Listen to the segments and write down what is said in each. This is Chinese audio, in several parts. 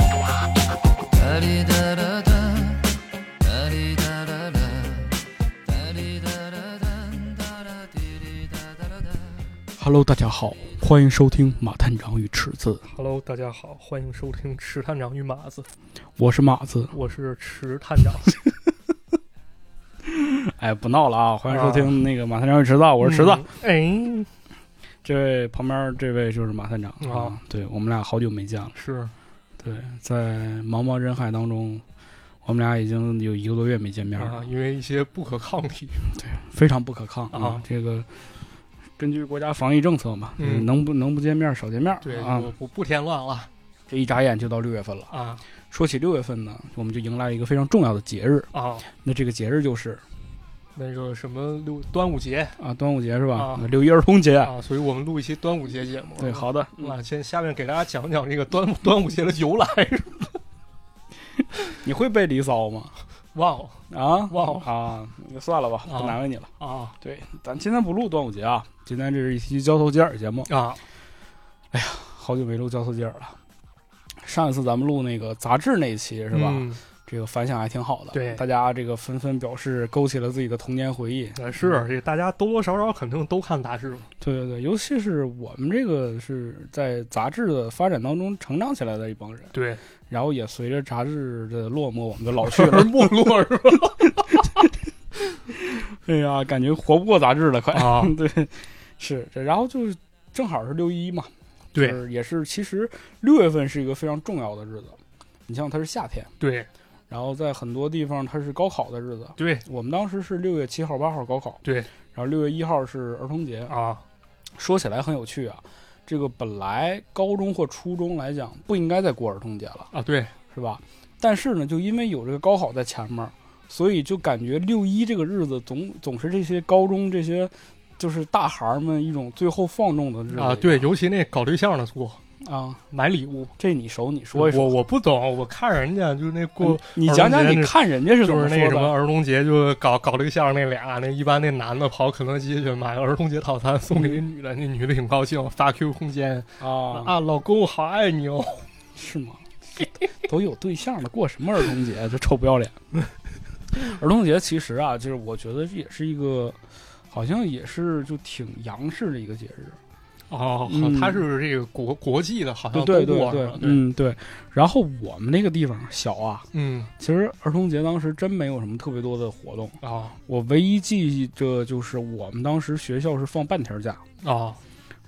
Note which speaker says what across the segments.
Speaker 1: 哒滴哒哒哒，哒滴哒哒哒，哒滴哒哒哒，哒哒滴滴哒哒哒哒。
Speaker 2: Hello，大家好，欢迎收听《马探长与池子》，
Speaker 3: Hello，大家好，欢迎收听池探长与马子，
Speaker 2: 我是马子。
Speaker 3: 我是池探长。
Speaker 2: 哎，不闹了啊！欢迎收听那个《马探长与池子》， 我是池子。
Speaker 3: 嗯。
Speaker 2: 这位旁边这位就是马探长啊
Speaker 3: 啊，
Speaker 2: 对我们俩好久没见了
Speaker 3: 哎，。是
Speaker 2: 对，在茫茫人海当中，我们俩已经有一个多月没见面
Speaker 3: 啊
Speaker 2: 了，，
Speaker 3: 因为一些不可抗力，
Speaker 2: 非常不可抗啊
Speaker 3: 啊。
Speaker 2: 这个根据国家防疫政策嘛，
Speaker 3: 嗯
Speaker 2: 能不能不见面少见面
Speaker 3: 对，
Speaker 2: 啊。
Speaker 3: 我不不添乱了
Speaker 2: 这一眨眼就到六月份了。
Speaker 3: 啊
Speaker 2: 说起六月份呢，我们就迎来一个非常重要的节日，
Speaker 3: 啊，
Speaker 2: 那这个节日就是
Speaker 3: 那个什么六端午节
Speaker 2: 啊，端午节是吧？
Speaker 3: 啊
Speaker 2: 那六一儿童节。
Speaker 3: 啊，所以我们录一期端午节节目。
Speaker 2: 对，好的，
Speaker 3: 那先下面给大家讲讲这个端端午 节的由来，
Speaker 2: 你会背《离骚》吗？
Speaker 3: 忘了
Speaker 2: 啊，
Speaker 3: 忘了
Speaker 2: 啊，那算了吧，
Speaker 3: 啊
Speaker 2: 不难为你了。
Speaker 3: 啊
Speaker 2: 对，咱今天不录端午节啊，今天这是一期交头接耳节目，
Speaker 3: 啊
Speaker 2: 好久没录交头接耳了。上一次咱们录那个杂志那一期是吧？
Speaker 3: 嗯
Speaker 2: 这个反响还挺好的，
Speaker 3: 对
Speaker 2: 大家这个纷纷表示勾起了自己的童年回忆。
Speaker 3: 呃是
Speaker 2: 嗯
Speaker 3: 这大家多多少少肯定都看杂志嘛，
Speaker 2: 对对对，尤其是我们这个是在杂志的发展当中成长起来的一帮人，
Speaker 3: 对，
Speaker 2: 然后也随着杂志的落寞，我们就老去
Speaker 3: 去而
Speaker 2: 了。
Speaker 3: 没落是吧？
Speaker 2: 哎呀，感觉活不过杂志了，快。
Speaker 3: 啊，
Speaker 2: 对，是，这然后就是正好是六一嘛，
Speaker 3: 对
Speaker 2: 就是也是其实六月份是一个非常重要的日子，你像它是夏天，
Speaker 3: 对
Speaker 2: 然后在很多地方它是高考的日子，
Speaker 3: 对
Speaker 2: 我们当时是六月七号、八号高考，
Speaker 3: 对
Speaker 2: 然后六月一号是儿童节，
Speaker 3: 啊，
Speaker 2: 说起来很有趣啊。这个本来高中或初中来讲不应该再过儿童节了，
Speaker 3: 啊，对，
Speaker 2: 是吧？但是呢，就因为有这个高考在前面儿，所以就感觉六一这个日子总总是这些高中这些就是大孩儿们一种最后放纵的日子
Speaker 3: 啊，对，尤其那搞对象的多，
Speaker 2: 啊，
Speaker 3: 买礼物。
Speaker 2: 这你熟你说一说。
Speaker 3: 我我不懂，我看人家就是那过，
Speaker 2: 你
Speaker 3: 儿童
Speaker 2: 讲讲
Speaker 3: 节
Speaker 2: 你
Speaker 3: 那
Speaker 2: 看人家是怎
Speaker 3: 就
Speaker 2: 么
Speaker 3: 是
Speaker 2: 说
Speaker 3: 那
Speaker 2: 的
Speaker 3: 什么儿童节就搞搞对象那俩，那一般那男的跑肯德基去买个儿童节套餐送给那女的，那女的挺高兴发 Q 空间
Speaker 2: 嗯啊嗯
Speaker 3: 啊，老公我好爱你哦。
Speaker 2: 是吗？ 都有对象了，过什么儿童节？ 这臭不要脸！儿童节其实啊，就是我觉得也是一个，好像也是就挺洋式的一个节日。
Speaker 3: 哦
Speaker 2: 嗯
Speaker 3: 他是这个国国际啊的，好像
Speaker 2: 对
Speaker 3: 都
Speaker 2: 对
Speaker 3: 过
Speaker 2: 对
Speaker 3: 了，，对，
Speaker 2: 嗯对。然后我们那个地方小啊，
Speaker 3: 嗯
Speaker 2: 其实儿童节当时真没有什么特别多的活动。
Speaker 3: 啊
Speaker 2: 我唯一记着就是我们当时学校是放半天假，
Speaker 3: 啊，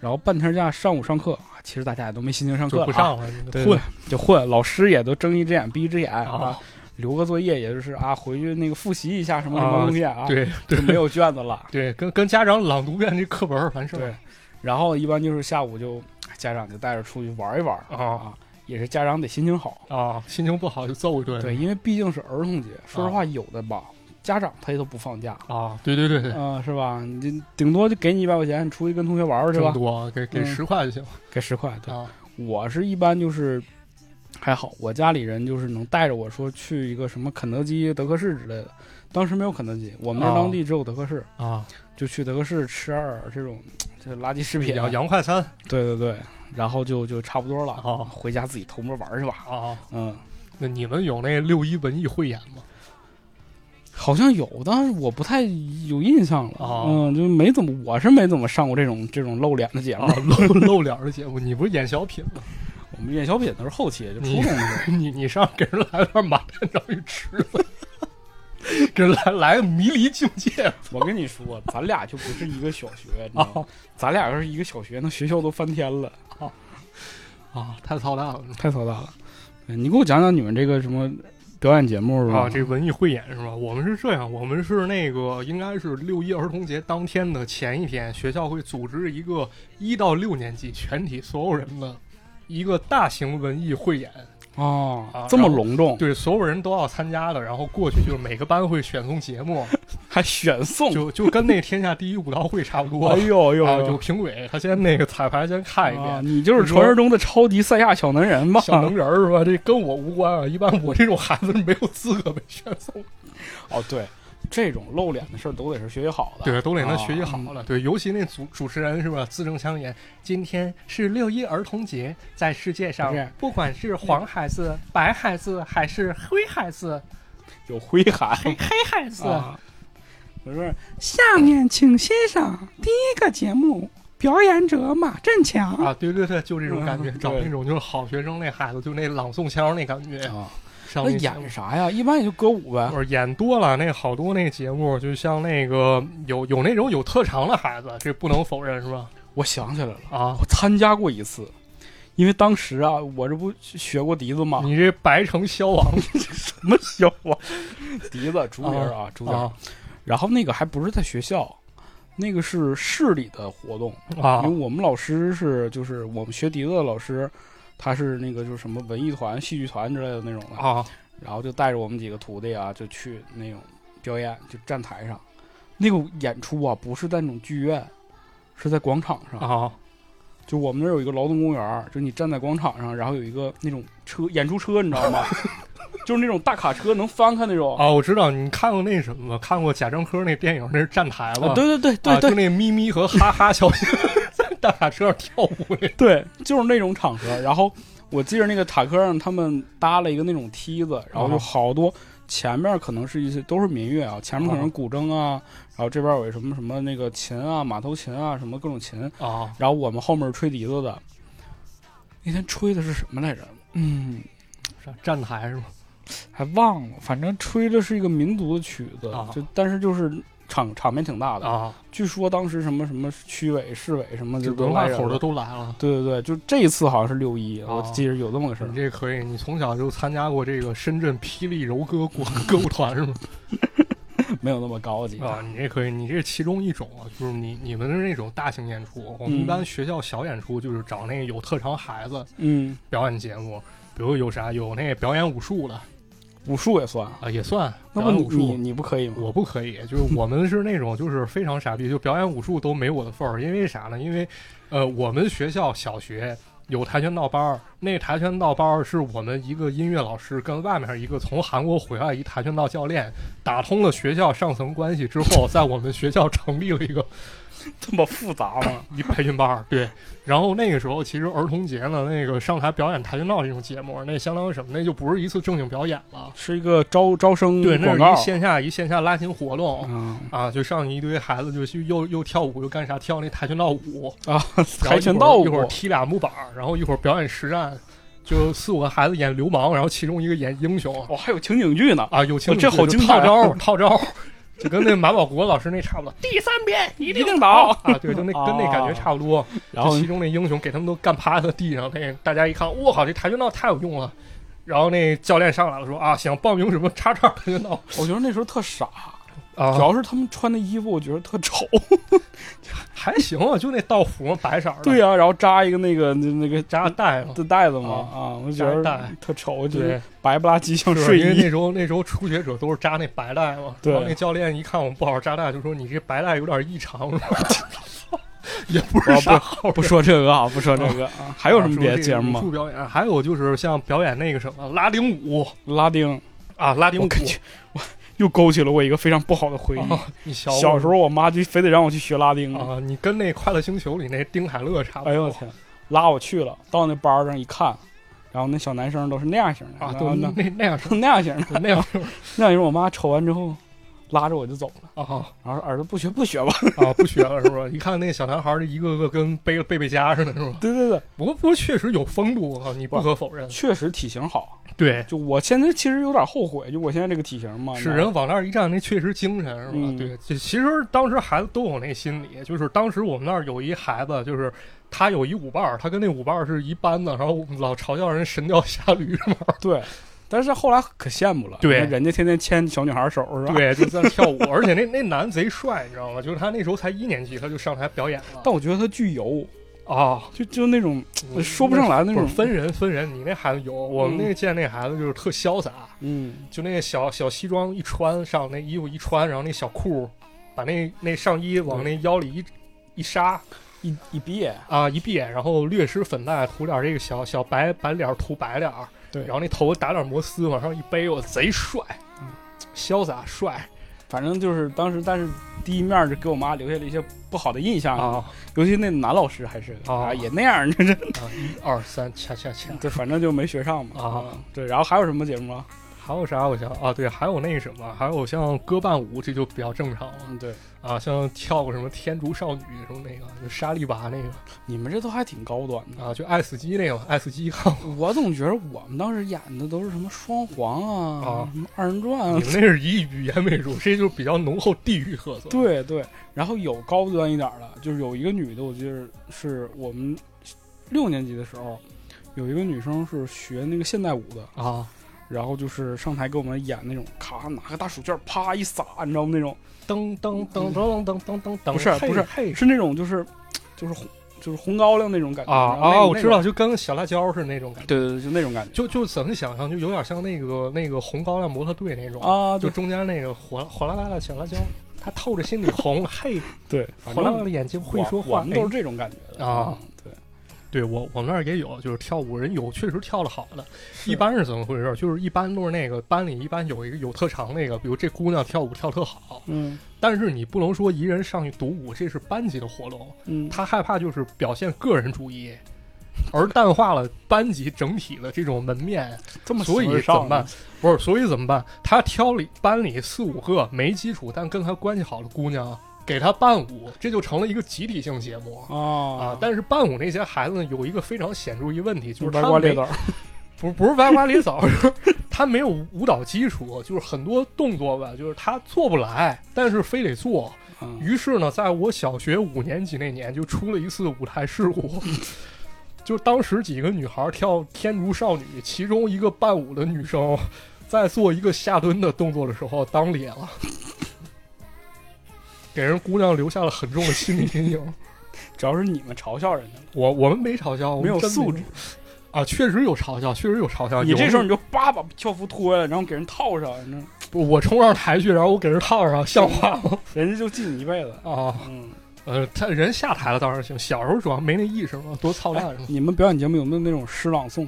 Speaker 2: 然后半天假上午上课，其实大家也都没心情上课
Speaker 3: 就
Speaker 2: 了
Speaker 3: 不
Speaker 2: 啊
Speaker 3: 上了，
Speaker 2: 对
Speaker 3: 混
Speaker 2: 混 就混，老师也都睁一只眼闭一只眼
Speaker 3: 啊，，
Speaker 2: 留个作业也就是啊，回去那个复习一下什么什么东西啊，
Speaker 3: 对
Speaker 2: 就没有卷子 了。
Speaker 3: 对，跟跟家长朗读遍这课本儿完事儿
Speaker 2: 对，然后一般就是下午就哎家长就带着出去玩一玩
Speaker 3: 啊
Speaker 2: 啊，也是家长得心情好，
Speaker 3: 啊，心情不好就揍一顿，
Speaker 2: 对，因为毕竟是儿童节，说实话有的吧，家长他也都不放假。
Speaker 3: 啊，对对对对，
Speaker 2: 嗯、是吧？你这顶多就给你一百块钱，你出去跟同学玩玩去
Speaker 3: 这么
Speaker 2: 吧，
Speaker 3: 多，给给
Speaker 2: 嗯
Speaker 3: 十块就行
Speaker 2: 给十块。对，
Speaker 3: 啊
Speaker 2: 我是一般就是还好，我家里人就是能带着我说去一个什么肯德基、德克士之类的。当时没有肯德基，我们那
Speaker 3: 哦
Speaker 2: 当地只有德克士，
Speaker 3: 啊，
Speaker 2: 就去德克士吃点儿这种这垃圾食品，啊
Speaker 3: 洋洋快餐
Speaker 2: 对对对，然后就就差不多了，
Speaker 3: 哦
Speaker 2: 回家自己偷摸玩儿去吧。
Speaker 3: 啊。
Speaker 2: 嗯，
Speaker 3: 那你们有那六一文艺汇演吗？
Speaker 2: 好像有，但是我不太有印象了。
Speaker 3: 哦
Speaker 2: 嗯，就没怎么，我是没怎么上过这种这种露脸的节目。
Speaker 3: 啊，露 露脸儿的节目，你不是演小品吗？
Speaker 2: 哦 我们演小品都是后期，就初
Speaker 3: 你
Speaker 2: 中的时候。
Speaker 3: 你你上给人来段马探长与池子，给人来来个迷离境界
Speaker 2: 我跟你说，咱俩就不是一个小学，你知道吗
Speaker 3: 啊
Speaker 2: 咱俩要是一个小学，那学校都翻天了，
Speaker 3: 啊！太操蛋了
Speaker 2: 太操蛋了。嗯你给我讲讲你们这个什么表演节目吧？
Speaker 3: 啊！这文艺汇演是吧？我们是这样，我们是那个应该是六一儿童节当天的前一天，学校会组织一个一到六年级全体所有人的一个大型文艺汇演，
Speaker 2: 哦
Speaker 3: 啊，
Speaker 2: 这么
Speaker 3: 然后
Speaker 2: 隆重，
Speaker 3: 对，所有人都要参加的，然后过去就是每个班会选送 节目，
Speaker 2: 还选送，
Speaker 3: 就就跟那天下第一舞蹈会差不多。
Speaker 2: 哎呦呦
Speaker 3: 啊，
Speaker 2: 呦，
Speaker 3: 有评委，他先那个彩排先看一
Speaker 2: 啊
Speaker 3: 遍。
Speaker 2: 你就是传说中的超级赛亚小能人吧？
Speaker 3: 小能人儿是吧？这跟我无关啊！一般我这种孩子是没有资格被选送。
Speaker 2: 哦，对，这种露脸的事儿都得是学习好的，
Speaker 3: 对，都得能
Speaker 2: 啊
Speaker 3: 学习好了。对，尤其那主主持人是吧？字正腔圆。今天是六一儿童节，在世界上
Speaker 2: 不是，
Speaker 3: 不管是黄孩子、白孩子还是灰孩子、
Speaker 2: 有挥汗。
Speaker 3: 黑孩子，
Speaker 2: 啊我说，下面请欣赏第一个节目，表演者马振强
Speaker 3: 啊，对对对，就这种感觉，
Speaker 2: 嗯
Speaker 3: 找
Speaker 2: 对
Speaker 3: 那种就是好学生那孩子，就那朗诵腔那感觉。
Speaker 2: 啊，
Speaker 3: 上
Speaker 2: 那
Speaker 3: 节
Speaker 2: 演
Speaker 3: 目
Speaker 2: 啥呀？一般也就歌舞呗
Speaker 3: 不。是演多了，那好多那节目，就像那个有有那种有特长的孩子，这不能否认是吧？
Speaker 2: 我想起来了，
Speaker 3: 啊，
Speaker 2: 我参加过一次，因为当时啊，我这不学过笛子吗？
Speaker 3: 你这白城消 亡
Speaker 2: 什么小啊？笛子、竹林儿啊，竹林儿。
Speaker 3: 啊
Speaker 2: 然后那个还不是在学校，那个是市里的活动，
Speaker 3: 啊
Speaker 2: 因为我们老师是就是我们学笛子的老师，他是那个就是什么文艺团、戏剧团之类的那种的，
Speaker 3: 啊！
Speaker 2: 然后就带着我们几个徒弟啊，就去那种表演，就站台上，那个演出啊不是在那种剧院，是在广场上，
Speaker 3: 啊
Speaker 2: 就我们那儿有一个劳动公园儿，就你站在广场上，然后有一个那种车演出车，你知道 吗？就是那种大卡车能翻开那种。
Speaker 3: 啊！我知道你看过那什么，看过贾樟柯那电影，那是站台
Speaker 2: 啊
Speaker 3: 了，
Speaker 2: 对对对对
Speaker 3: 啊
Speaker 2: 对
Speaker 3: 就那咪咪和哈哈小姐 在大卡车上跳舞那
Speaker 2: 对，就是那种场合。然后我记着那个塔科上他们搭了一个那种梯子，然后就
Speaker 3: 哦
Speaker 2: 好多前面可能是一些都是民乐啊，前面可能是
Speaker 3: 哦
Speaker 2: 古筝啊，然后这边有什么什么那个琴啊、马头琴啊，什么各种琴。
Speaker 3: 啊
Speaker 2: 然后我们后面是吹笛子的，那天吹的是什么来着？嗯，
Speaker 3: 啊站台是吗？
Speaker 2: 还忘了，反正吹的是一个民族的曲子，
Speaker 3: 哦
Speaker 2: 就但是就是场场面挺大的。
Speaker 3: 啊，
Speaker 2: 据说当时什么什么区委、市委什么
Speaker 3: 这
Speaker 2: 就
Speaker 3: 文
Speaker 2: 都
Speaker 3: 化
Speaker 2: 来人
Speaker 3: 口的
Speaker 2: 了
Speaker 3: 都来了。
Speaker 2: 对对对，就这一次好像是六一，我
Speaker 3: 哦
Speaker 2: 记着有这么个事儿
Speaker 3: 你。这可以，你从小就参加过这个深圳霹雳柔歌国歌舞团是吗？
Speaker 2: 没有那么高级
Speaker 3: 嗯啊，你这可以，你这是其中一种啊，就是你你们是那种大型演出，我们一
Speaker 2: 嗯
Speaker 3: 般学校小演出就是找那个有特长孩子
Speaker 2: 嗯，
Speaker 3: 表演节目，比如有啥有那表演武术的
Speaker 2: 武术也算。
Speaker 3: 啊，也算
Speaker 2: 那
Speaker 3: 表
Speaker 2: 不
Speaker 3: 演
Speaker 2: 你
Speaker 3: 武
Speaker 2: 你
Speaker 3: 术。
Speaker 2: 你不可以吗？
Speaker 3: 我不可以，就是我们是那种就是非常傻逼，就表演武术都没我的份儿，因为啥呢？因为，呃，我们学校小学有跆拳道班儿，那跆拳道班儿是我们一个音乐老师跟外面一个从韩国回来一跆拳道教练打通了学校上层关系之后，在我们学校成立了一个
Speaker 2: 这么复杂吗？
Speaker 3: 一培训班儿，对。然后那个时候其实儿童节呢，那个上台表演跆拳道这种节目，那相当于什么？那就不是一次正经表演了，
Speaker 2: 是一个招招生
Speaker 3: 对，那
Speaker 2: 嗯广
Speaker 3: 是一
Speaker 2: 告。
Speaker 3: 线下一线下拉琴活动。
Speaker 2: 嗯
Speaker 3: 啊，就上一堆孩子就去又又跳舞又干啥，跳那跆拳道舞，
Speaker 2: 啊，
Speaker 3: 然后
Speaker 2: 跆
Speaker 3: 一
Speaker 2: 拳
Speaker 3: 会儿
Speaker 2: 道
Speaker 3: 一会儿
Speaker 2: 舞
Speaker 3: 踢俩木板儿，然后一会儿表演实战，就四五个孩子演流氓，然后其中一个演英雄
Speaker 2: 哦，还有情景剧呢。
Speaker 3: 啊，有情
Speaker 2: 哦这好精彩
Speaker 3: 套
Speaker 2: 啊
Speaker 3: 招儿套招儿，就跟那马保国老师那差不多，第三遍一
Speaker 2: 一定
Speaker 3: 倒
Speaker 2: 倒
Speaker 3: 啊，对，就那跟那感觉差不多。
Speaker 2: 哦然后
Speaker 3: 就其中那英雄给他们都干趴在地上，那大家一看，我靠，这跆拳道太有用了。然后那教练上来了，说啊，想报名什么叉叉跆拳道
Speaker 2: 我觉得那时候特傻，
Speaker 3: 啊
Speaker 2: 主，要是他们穿的衣服我觉得特丑。
Speaker 3: 还行啊，就那道服嘛白色儿的，
Speaker 2: 对啊呀，然后扎一个那个那那个
Speaker 3: 扎带嘛。
Speaker 2: 的袋子嘛
Speaker 3: 啊
Speaker 2: 啊，我觉
Speaker 3: 扎一带
Speaker 2: 得特丑，就是
Speaker 3: 对，
Speaker 2: 白不拉几 像
Speaker 3: 是
Speaker 2: 睡
Speaker 3: 因为
Speaker 2: 衣
Speaker 3: 那。时候那时候初学者都是扎那白带嘛，
Speaker 2: 对
Speaker 3: 然后那教练一看我们不好好扎带，就说你这白带有点异常，是吧？ 也不是啥好
Speaker 2: 哦不说这个啊，不说这个啊，还有什么别的节目
Speaker 3: 武
Speaker 2: 吗？
Speaker 3: 术表演，还有就是像表演那个什么拉丁舞
Speaker 2: 拉丁，
Speaker 3: 啊，拉丁
Speaker 2: 我
Speaker 3: 舞。
Speaker 2: 感觉我又勾起了我一个非常不好的回忆。
Speaker 3: 啊，你小
Speaker 2: 小时候哦我妈就非得让我去学拉丁，
Speaker 3: 啊，你跟那《快乐星球》里那丁海乐差不多。
Speaker 2: 哎呦我天，拉我去了，到那班儿上一看，然后那小男生都是那样型的
Speaker 3: 啊，
Speaker 2: 然
Speaker 3: 都
Speaker 2: 后
Speaker 3: 那
Speaker 2: 那
Speaker 3: 那那样式
Speaker 2: 那样型的，
Speaker 3: 那样式
Speaker 2: 那样型我妈瞅完之后，拉着我就走了，
Speaker 3: 啊
Speaker 2: 然后说儿子不学不学吧，
Speaker 3: 啊，不学了是吧？一看那小男孩儿一个个跟背了贝贝佳似的，是吧？
Speaker 2: 对对对，
Speaker 3: 不过不过确实有风度，我靠，你不可否认。
Speaker 2: 确实体型好，
Speaker 3: 对，
Speaker 2: 就我现在其实有点后悔，就我现在这个体型嘛，
Speaker 3: 是人啊往那儿一站，那确实精神是吧？
Speaker 2: 嗯
Speaker 3: 对，这其实当时孩子都有那心理，就是当时我们那儿有一孩子，就是他有一舞伴儿，他跟那舞伴儿是一班的，然后老嘲笑人《神雕侠侣》是吗？
Speaker 2: 对。但是后来可羡慕了，
Speaker 3: 对
Speaker 2: 那人家天天牵小女孩手是吧？。
Speaker 3: 对，就在那跳舞， 而且那那男贼帅，你知道吗？就是他那时候才一年级，他就上台表演了。
Speaker 2: 但我觉得他巨油，
Speaker 3: 哦，
Speaker 2: 就就那种说不上来那
Speaker 3: 嗯不是嗯
Speaker 2: 种
Speaker 3: 分，人分人，你那孩子有，我们那个见那孩子就是特潇洒，
Speaker 2: 嗯，
Speaker 3: 就那个小小西装一穿上，那衣服一穿，然后那小裤，把那那上衣往那腰里一一杀
Speaker 2: 一一毕业，
Speaker 3: 啊一别，然后略施粉黛，涂点这个小小白白脸儿涂白脸儿，
Speaker 2: 对
Speaker 3: 然后那头打点摩丝往上一背，我贼帅
Speaker 2: 嗯，
Speaker 3: 潇洒帅
Speaker 2: 反正就是当时，但是第一面就给我妈留下了一些不好的印象，
Speaker 3: 啊！
Speaker 2: 尤其那男老师还是、
Speaker 3: 啊
Speaker 2: 啊也那样， 这这
Speaker 3: 啊，一二三，恰恰恰。
Speaker 2: 对，反正就没学上嘛
Speaker 3: 啊
Speaker 2: 嗯对，然后还有什么节目吗？
Speaker 3: 还有啥？我想啊，对，还有那什么，还有像歌伴舞，这就比较正常了
Speaker 2: 嗯，对，
Speaker 3: 啊，像跳个什么天竺少女什么那个，就莎莉娃那个
Speaker 2: 你们这都还挺高端的。
Speaker 3: 啊，就爱死机那个，爱死机看过，
Speaker 2: 我总觉得我们当时演的都是什么双簧啊
Speaker 3: 啊，
Speaker 2: 什么二人转
Speaker 3: 你
Speaker 2: 啊
Speaker 3: 们，那是以语言为主，这就是比较浓厚地域特色。，
Speaker 2: 对对，然后有高端一点儿的，就是有一个女的，我记得是我们六年级的时候，有一个女生是学那个现代舞的，
Speaker 3: 啊，
Speaker 2: 然后就是上台给我们演那种，咔拿个大手绢儿啪一撒，你知道吗？那种
Speaker 3: 噔噔噔噔噔噔噔噔，
Speaker 2: 不是
Speaker 3: 嘿
Speaker 2: 不是
Speaker 3: 嘿
Speaker 2: 是那种就是就是红就是红高粱那种感觉
Speaker 3: 啊
Speaker 2: 然后那
Speaker 3: 啊，
Speaker 2: 种
Speaker 3: 我知道，，就跟小辣椒是那种感
Speaker 2: 那种
Speaker 3: 觉，
Speaker 2: 对对对，就那种感觉
Speaker 3: 就就怎么想象，就有点像那个那个红高粱模特队那种，
Speaker 2: 啊，
Speaker 3: 就
Speaker 2: 对
Speaker 3: 中间那个火火辣辣的小辣椒，她透着心里红，嘿，
Speaker 2: 对，反
Speaker 3: 火辣辣
Speaker 2: 正
Speaker 3: 的眼睛会
Speaker 2: 我
Speaker 3: 说
Speaker 2: 我
Speaker 3: 话，
Speaker 2: 们
Speaker 3: 哎
Speaker 2: 都是这种感觉的
Speaker 3: 啊，
Speaker 2: 嗯对，
Speaker 3: 对我，我们那儿也有，就是跳舞人有，确实跳的好的。
Speaker 2: 是
Speaker 3: 一般是怎么回事？就是一般都是那个班里一般有一个有特长那个，比如这姑娘跳舞跳特好，
Speaker 2: 嗯
Speaker 3: 但是你不能说一人上去独舞，这是班级的活动。
Speaker 2: 嗯，
Speaker 3: 他害怕就是表现个人主义，而淡化了班级整体的这种门面。
Speaker 2: 这么
Speaker 3: 所以
Speaker 2: 形而
Speaker 3: 怎么
Speaker 2: 上
Speaker 3: 办
Speaker 2: 呢？
Speaker 3: 不是，所以怎么办？他挑里班里四五个没基础但跟他关系好的姑娘，给他伴舞，这就成了一个集体性节目。啊
Speaker 2: 啊，
Speaker 3: 但是伴舞那些孩子呢，有一个非常显著一个问题，就是
Speaker 2: 歪
Speaker 3: 他
Speaker 2: 瓜
Speaker 3: 没
Speaker 2: 裂枣，
Speaker 3: 不是不是歪瓜裂枣，就是 他没有舞蹈基础，就是很多动作吧，就是他做不来，但是非得做。
Speaker 2: 嗯
Speaker 3: 于是呢，在我小学五年级那年，就出了一次舞台事故。 就当时几个女孩跳《天竺少女》，其中一个伴舞的女生，在做一个下蹲的动作的时候当裂了，给人姑娘留下了很重的心理阴影。
Speaker 2: 主要是你们嘲笑人家了，
Speaker 3: 我我们没嘲笑，我们
Speaker 2: 没有
Speaker 3: 哦真
Speaker 2: 素质
Speaker 3: 啊，确实有嘲笑，确实有嘲笑。
Speaker 2: 你
Speaker 3: 有
Speaker 2: 这时候
Speaker 3: 那
Speaker 2: 你就叭把校服脱下来，然后给人套上，你知道吗
Speaker 3: 不我冲上台去，然后我给人套上，像话吗？
Speaker 2: 人家就记你一辈子。
Speaker 3: 啊，
Speaker 2: 嗯，
Speaker 3: 呃，他人下台了当然行，小时候主要没那意识嘛，多操蛋是吧？
Speaker 2: 你们表演节目有没有那种诗朗诵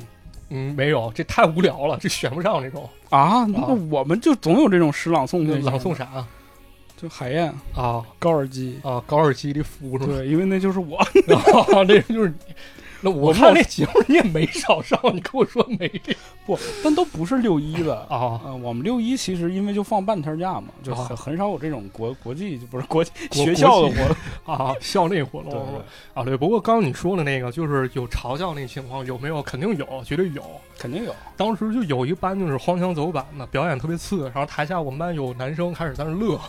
Speaker 3: 嗯，没有，这太无聊了，这选不上这种。
Speaker 2: 啊？那我们就总有这种诗朗诵
Speaker 3: 那
Speaker 2: 的，
Speaker 3: 朗诵啥啊？
Speaker 2: 就海燕、
Speaker 3: 啊
Speaker 2: 高尔基，
Speaker 3: 啊，高尔基的夫是吧？
Speaker 2: 对，因为那就是我。
Speaker 3: 啊，那就是你。那我
Speaker 2: 我
Speaker 3: 看
Speaker 2: 没
Speaker 3: 那
Speaker 2: 有
Speaker 3: 节目你也没少上，你跟我说没这
Speaker 2: 不，但都不是六一的。
Speaker 3: 啊？
Speaker 2: 嗯、我们六一其实因为就放半天假嘛，就
Speaker 3: 啊
Speaker 2: 很、很少有这种国国际就不是国际哦
Speaker 3: 国
Speaker 2: 学校的
Speaker 3: 国际
Speaker 2: 活 动。
Speaker 3: 啊，校内活动
Speaker 2: 对
Speaker 3: 是吧啊，对。不过刚刚你说的那个，就是有嘲笑那情况，有没有？肯定有，绝对有。
Speaker 2: 肯定有。
Speaker 3: 当时就有一班就是荒腔走板的，表演特别次，然后台下我们班有男生开始在那乐，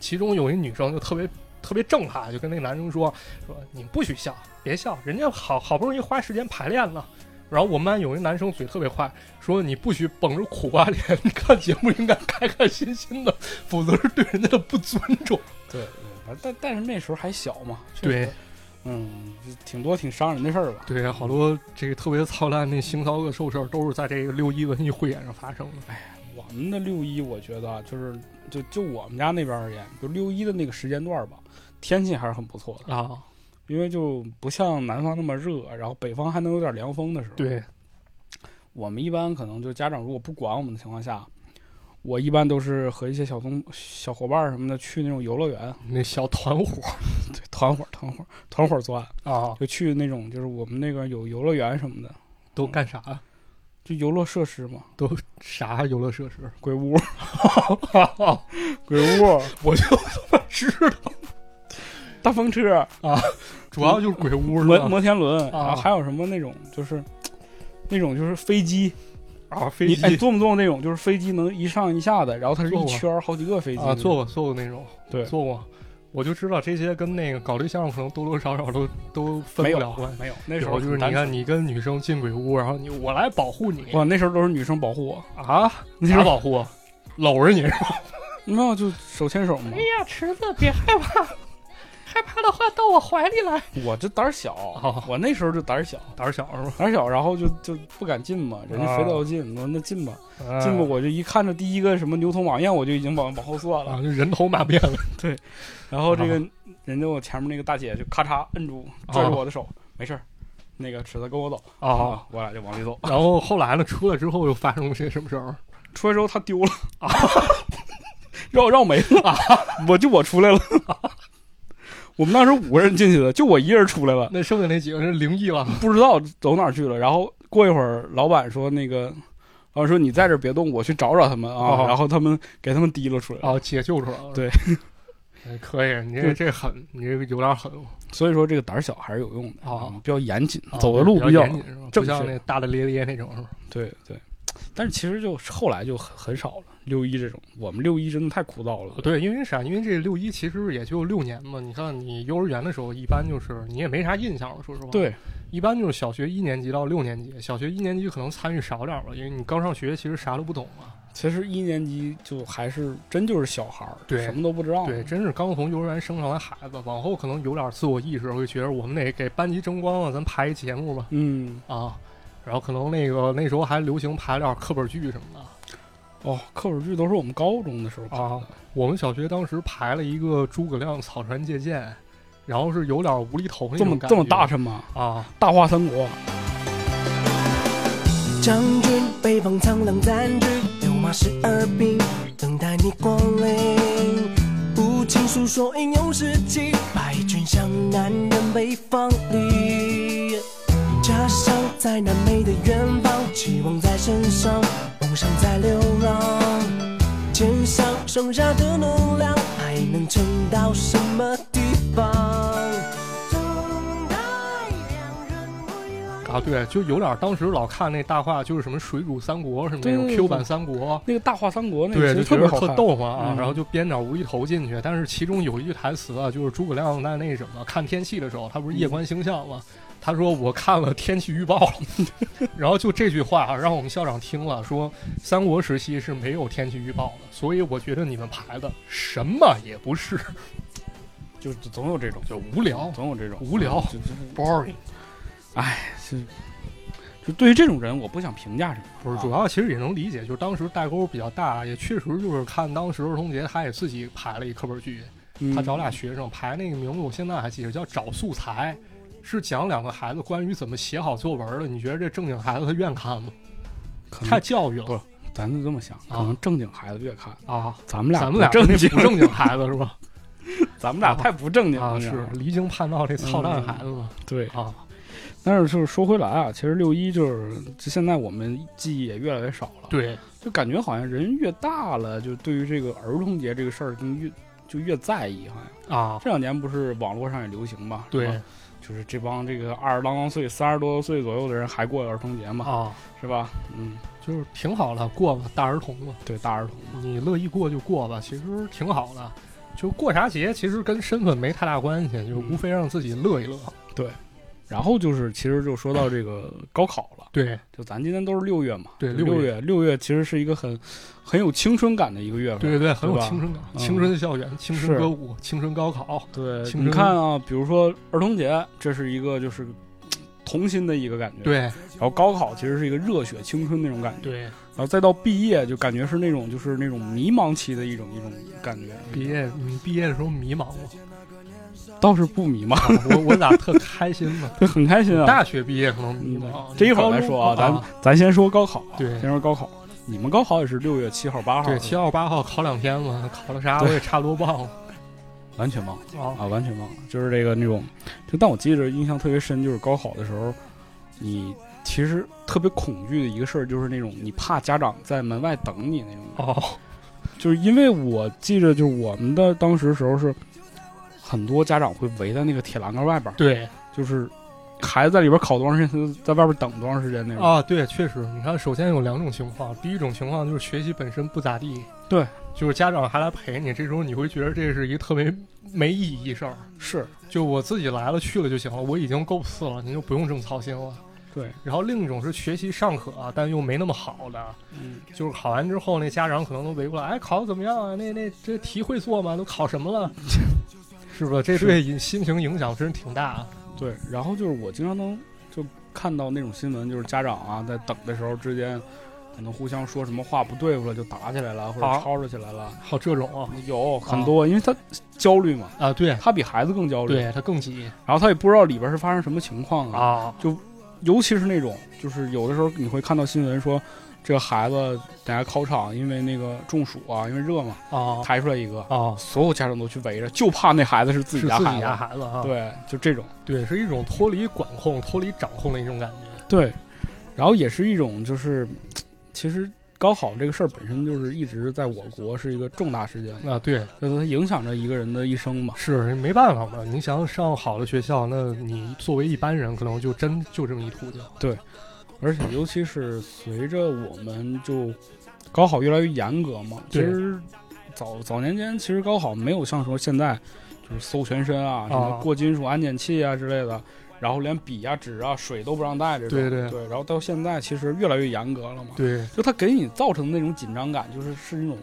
Speaker 3: 其中有一女生就特别特别正派，就跟那男生说说你不许笑，别笑，人家好好不容易花时间排练了。然后我们班有一男生嘴特别坏，说你不许绷着苦啊瓜脸，你看节目应该开开心心的，否则是对人家的不尊重。
Speaker 2: 对，反正但但是那时候还小嘛。确
Speaker 3: 对
Speaker 2: 实，嗯，就挺多挺伤人的事儿吧。
Speaker 3: 对，好多这个特别操蛋那性骚恶臭事儿都是在这个六一哎文艺汇演上发生的。
Speaker 2: 我们的六一，我觉得啊就是就就我们家那边而言，就六一的那个时间段儿吧，天气还是很不错的，
Speaker 3: 啊，
Speaker 2: 因为就不像南方那么热，然后北方还能有点凉风的时候。，
Speaker 3: 对，
Speaker 2: 我们一般可能就家长如果不管我们的情况下，我一般都是和一些小同小伙伴儿什么的去那种游乐园，
Speaker 3: 那小团伙
Speaker 2: 对，团伙团伙团伙作案，
Speaker 3: 啊，
Speaker 2: 就去那种就是我们那个有游乐园什么的，
Speaker 3: 都干啥呀？
Speaker 2: 就游乐设施嘛，
Speaker 3: 都啥游乐设 施？
Speaker 2: 鬼屋，鬼屋，
Speaker 3: 我就他妈知道，
Speaker 2: 大风车，
Speaker 3: 主要就是鬼屋
Speaker 2: 摩
Speaker 3: 是吧？
Speaker 2: 摩天轮，
Speaker 3: 啊
Speaker 2: 然后还有什么那种就是。那种就是飞机，
Speaker 3: 啊，飞
Speaker 2: 你
Speaker 3: 机
Speaker 2: 哎做不做那种就是飞机能一上一下的，然后它是
Speaker 3: 坐
Speaker 2: 一
Speaker 3: 过
Speaker 2: 圈儿好几个飞机
Speaker 3: 啊，做过做过那种，
Speaker 2: 对
Speaker 3: 做过，我就知道这些跟那个搞对象可能多多少少都都分
Speaker 2: 没有
Speaker 3: 不了关系。
Speaker 2: 没有那时
Speaker 3: 有
Speaker 2: 候
Speaker 3: 就是
Speaker 2: 很
Speaker 3: 你
Speaker 2: 单
Speaker 3: 看
Speaker 2: 纯
Speaker 3: 你跟女生进鬼屋，然后你我来保 护你
Speaker 2: 哇那时候都是女生保护我，
Speaker 3: 啊，
Speaker 2: 那时
Speaker 3: 啥
Speaker 2: 候
Speaker 3: 保护？搂着你是吧？哎
Speaker 2: 没有，就手牵手嘛。
Speaker 3: 呀，池子别害怕，害怕的话到我怀里来。
Speaker 2: 我这胆儿小，
Speaker 3: 哦
Speaker 2: 我那时候就胆儿小，
Speaker 3: 胆儿小是吧？啊
Speaker 2: 胆儿小，然后就就不敢进嘛，人家非得要进，我说那进吧，进吧，我就一看着第一个什么牛头马面，我就已经往往后坐了，
Speaker 3: 啊，就人头马面了。
Speaker 2: 然后这个人家我前面那个大姐就咔嚓摁住，攥住我的手，没事儿，那个池子跟我走
Speaker 3: 啊，
Speaker 2: 啊啊，我俩就往里走。
Speaker 3: 然后后来呢，出来之后又发生了些什么事儿？
Speaker 2: 出来之后他丢了啊， 让我让我没了，我就我出来了。我们当时五个人进去的，就我一个人出来了，
Speaker 3: 那剩下那几个人灵异了。
Speaker 2: 不知道走哪儿去了。然后过一会儿，老板说那个，老板说你在这儿别动，我去找找他们啊。
Speaker 3: 哦
Speaker 2: 然后他们给他们提溜出来了。
Speaker 3: 啊，解救出来了。
Speaker 2: 对
Speaker 3: 哎，可以，你这
Speaker 2: 对
Speaker 3: 这狠，你这个有点狠
Speaker 2: 所以说这个胆儿小还是有用的嗯
Speaker 3: 哦
Speaker 2: 比较严谨
Speaker 3: 啊，
Speaker 2: 走的路
Speaker 3: 比
Speaker 2: 较
Speaker 3: 严谨是吧
Speaker 2: 正
Speaker 3: 不像
Speaker 2: 确
Speaker 3: 那大大咧咧那种是吧？
Speaker 2: 对对。但是其实就后来就很很少了。六一这种，我们六一真的太枯燥了。
Speaker 3: 呃对，因为啥？因为这六一其实也就六年嘛。你看，你幼儿园的时候，一般就是你也没啥印象了，说实话。，
Speaker 2: 对
Speaker 3: 一般就是小学一年级到六年级，小学一年级可能参与少点儿了，因为你刚上学，其实啥都不懂嘛。
Speaker 2: 其实一年级就还是真就是小孩儿，
Speaker 3: 对
Speaker 2: 什么都不知道。
Speaker 3: 对，真是刚从幼儿园升上来孩子，往后可能有点自我意识，会觉得我们得给班级争光了，咱排一节目吧。
Speaker 2: 嗯，
Speaker 3: 啊，然后可能那个那时候还流行排点儿课本剧什么的
Speaker 2: 哦，课本剧都是我们高中的时候看
Speaker 3: 啊
Speaker 2: 的。。
Speaker 3: 我们小学当时排了一个诸葛亮草船借箭，然后是有点无厘头那
Speaker 2: 这么
Speaker 3: 种感
Speaker 2: 这
Speaker 3: 觉。
Speaker 2: 么大声吗？
Speaker 3: 啊！
Speaker 2: 大话三国，
Speaker 4: 将军，北方苍狼占据，六马十二兵，等待你光临。无情诉说英勇事迹，败军向南人北方里。家乡在南美的远方，期望在身上，梦想在流浪。肩上剩下的能量，还能撑到什么地方？等待两人归来。
Speaker 3: 啊，对，就有点当时老看那大话，就是什么《水煮三国》什么那种
Speaker 2: 对
Speaker 3: Q 版三国，
Speaker 2: 那个大话三国那个其
Speaker 3: 对，
Speaker 2: 实
Speaker 3: 就觉
Speaker 2: 特别
Speaker 3: 得
Speaker 2: 好
Speaker 3: 特
Speaker 2: 看，
Speaker 3: 逗嘛啊，
Speaker 2: 嗯
Speaker 3: 然后就编点无厘头进去。但是其中有一句台词啊，就是诸葛亮在那什么看天气的时候，他不是夜观星象吗？他说我看了天气预报了， 然后就这句话啊让我们校长听了，说三国时期是没有天气预报的，所以我觉得你们排的什么也不是，
Speaker 2: 就就总有这种，
Speaker 3: 就无聊
Speaker 2: 总有这种嗯
Speaker 3: 无聊
Speaker 2: 就就
Speaker 3: ，boring。
Speaker 2: 是，就对于这种人，我不想评价什么。
Speaker 3: 不是，
Speaker 2: 啊
Speaker 3: 主要其实也能理解，就是当时代沟比较大，也确实就是看当时儿童节他也自己排了一课本剧，
Speaker 2: 嗯
Speaker 3: 他找俩学生排那个名字，我现在还记得叫《找素材》，是讲两个孩子关于怎么写好作文的。你觉得这正经孩子他愿看吗？
Speaker 2: 可
Speaker 3: 太
Speaker 2: 能
Speaker 3: 教育了
Speaker 2: 咱就这么想，可能正经孩子越看，
Speaker 3: 啊！
Speaker 2: 咱们俩
Speaker 3: 咱们俩
Speaker 2: 不正经，
Speaker 3: 不正经孩子是吧？
Speaker 2: 咱们俩太 不正经嗯了。
Speaker 3: 啊，
Speaker 2: 这
Speaker 3: 是
Speaker 2: 样
Speaker 3: 离经叛道这操蛋孩子嘛
Speaker 2: 对。
Speaker 3: 啊！
Speaker 2: 但是就是说回来啊，其实六一就是就现在我们记忆也越来越少了，，
Speaker 3: 对，
Speaker 2: 就感觉好像人越大了，就对于这个儿童节这个事儿就越就越在意，好像
Speaker 3: 啊，
Speaker 2: 这两年不是网络上也流行嘛，是吧
Speaker 3: 对
Speaker 2: 就是这帮这个二十郎当岁、三十多岁左右的人还过儿童节嘛，
Speaker 3: 啊，
Speaker 2: 是吧？嗯，
Speaker 3: 就是挺好的，过吧，大儿童嘛，
Speaker 2: 对，大儿童
Speaker 3: 你乐意过就过吧，其实挺好的。就过啥节，其实跟身份没太大关系，就
Speaker 2: 嗯
Speaker 3: 无非让自己乐一乐。
Speaker 2: 然后就是，其实就说到这个高考了，
Speaker 3: 对
Speaker 2: 就咱今天都是六月嘛，
Speaker 3: 对
Speaker 2: 就
Speaker 3: 六
Speaker 2: 六月，六月其实是一个很很有青春感的一个月份，
Speaker 3: 对对，很有
Speaker 2: 对吧
Speaker 3: 青春感，
Speaker 2: 嗯
Speaker 3: 青春校园，青春
Speaker 2: 是
Speaker 3: 歌舞，青春高考。
Speaker 2: 对
Speaker 3: 青春
Speaker 2: 你看啊，比如说儿童节，这是一个就是嘖童心的一个感觉，，
Speaker 3: 对
Speaker 2: 然后高考其实是一个热血青春那种感觉，
Speaker 3: 对，
Speaker 2: 然后再到毕业，就感觉是那种就是那种迷茫期的一种一种感觉，
Speaker 3: 毕业你毕业的时候迷茫吗？
Speaker 2: 倒是不迷茫，
Speaker 3: 我我咋特开心 呢？
Speaker 2: 就很开心啊。
Speaker 3: 大学毕业可能迷茫
Speaker 2: 嗯，这一会儿来说啊，咱咱先说高考啊，
Speaker 3: 对
Speaker 2: 先说高考。你们高考也是六月七号、八号，
Speaker 3: 对七号八号考两天嘛，考了啥我也差不多忘了
Speaker 2: 完全忘了
Speaker 3: 啊。
Speaker 2: 啊，完全忘了，就是这个那种，就但我记着印象特别深，就是高考的时候，你其实特别恐惧的一个事儿，就是那种你怕家长在门外等你那种，
Speaker 3: 哦，
Speaker 2: 就是因为我记着，就是我们的当时时候是很多家长会围在那个铁栏杆外边儿，
Speaker 3: 对
Speaker 2: 就是孩子在里边考多长时间，在外边等多长时间那种。
Speaker 3: 啊，对，确实，你看，首先有两种情况，第一种情况就是学习本身不咋地，
Speaker 2: 对，
Speaker 3: 就是家长还来陪你，这时候你会觉得这是一个特别没意义事儿，
Speaker 2: 是
Speaker 3: 就我自己来了去了就行了，我已经够次了，您就不用这么操心了。
Speaker 2: 对，
Speaker 3: 然后另一种是学习尚可，但又没那么好的，
Speaker 2: 嗯，
Speaker 3: 就是考完之 后那家长可能都围过来，哎，考的怎么样啊？那那这题会做吗？都考什么了？是吧？这对影心情影响真是挺大。啊
Speaker 2: 对，然后就是我经常能就看到那种新闻，就是家长啊在等的时候之间，可能互相说什么话不对付了，就打起来了，或者
Speaker 3: 啊
Speaker 2: 吵吵起来了，
Speaker 3: 还有这种啊
Speaker 2: 有很多，因为他焦虑嘛，
Speaker 3: 啊，对
Speaker 2: 他比孩子更焦虑，
Speaker 3: 对，他更急
Speaker 2: 然后他也不知道里边是发生什么情况啊，
Speaker 3: 啊
Speaker 2: 尤其是那种就是有的时候你会看到新闻说。这个孩子在家考场，因为那个中暑啊，因为热嘛，
Speaker 3: 啊
Speaker 2: 抬出来一个，
Speaker 3: 啊！
Speaker 2: 所有家长都去围着，就怕那孩子是自己
Speaker 3: 是
Speaker 2: 家
Speaker 3: 自
Speaker 2: 孩
Speaker 3: 己
Speaker 2: 子。
Speaker 3: 家孩子啊，
Speaker 2: 对，就这种。
Speaker 3: 对，是一种脱离管控、脱离掌控的一种感觉。
Speaker 2: 对，然后也是一种就是，其实高考这个事儿本身就是一直在我国是一个重大事件，
Speaker 3: 啊，对，
Speaker 2: 就是它影响着一个人的一生嘛。
Speaker 3: 是没办法嘛。你想上好的学校，那你作为一般人，可能就真就这么一途径。
Speaker 2: 而且尤其是随着我们就高考越来越严格嘛，其
Speaker 3: 对
Speaker 2: 实早早年间其实高考没有像说现在就是搜全身啊，什么
Speaker 3: 啊
Speaker 2: 过金属安检器啊之类的。然后连笔啊、纸啊、水都不让带这种，
Speaker 3: 对对
Speaker 2: 对。然后到现在其实越来越严格了嘛，
Speaker 3: 对
Speaker 2: 就它给你造成的那种紧张感，就是是那种，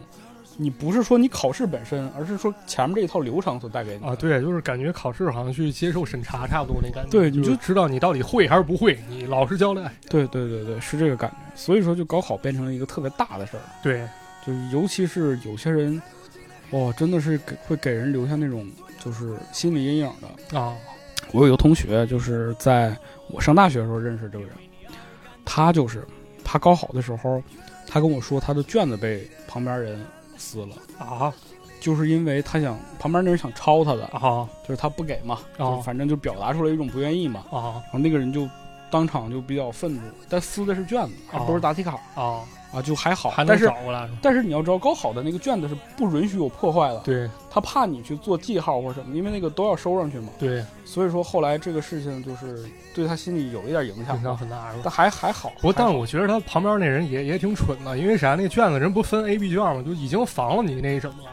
Speaker 2: 你不是说你考试本身，而是说前面这一套流程所带给你的
Speaker 3: 啊，。对，就是感觉考试好像去接受审查差不多那感觉。
Speaker 2: 对你就
Speaker 3: 就
Speaker 2: 是
Speaker 3: 知道你到底会还是不会，你老实交代。
Speaker 2: 对对对对，是这个感觉。所以说，就高考变成了一个特别大的事儿，
Speaker 3: 对，
Speaker 2: 就是尤其是有些人，哇、真的是给会给人留下那种就是心理阴影的。
Speaker 3: 啊
Speaker 2: 我有一个同学，就是在我上大学的时候认识这个人，他就是他高考的时候，他跟我说他的卷子被旁边人撕了，
Speaker 3: 啊
Speaker 2: 就是因为他想旁边那人想抄他的，
Speaker 3: 啊
Speaker 2: 就是他不给嘛，
Speaker 3: 哦
Speaker 2: 就反正就表达出来一种不愿意嘛。
Speaker 3: 啊
Speaker 2: 然后那个人就当场就比较愤怒，但撕的是卷子，还不是答题卡、
Speaker 3: 啊！
Speaker 2: 啊，就还好。
Speaker 3: 哦还能
Speaker 2: 但是
Speaker 3: 找过来是吧？
Speaker 2: 但是你要知道，高考的那个卷子是不允许有破坏的，
Speaker 3: 对
Speaker 2: 他怕你去做记号或什么，因为那个都要收上去嘛。
Speaker 3: 对，
Speaker 2: 所以说后来这个事情就是对他心里有一点影响
Speaker 3: 影响
Speaker 2: 吧，
Speaker 3: 很大是吧？
Speaker 2: 但还还好。
Speaker 3: 不，但
Speaker 2: 还
Speaker 3: 是
Speaker 2: 好
Speaker 3: 我觉得他旁边那人也也挺蠢的，因为啥？那卷子人不分 A、B 卷嘛，就已经防了你那什么了。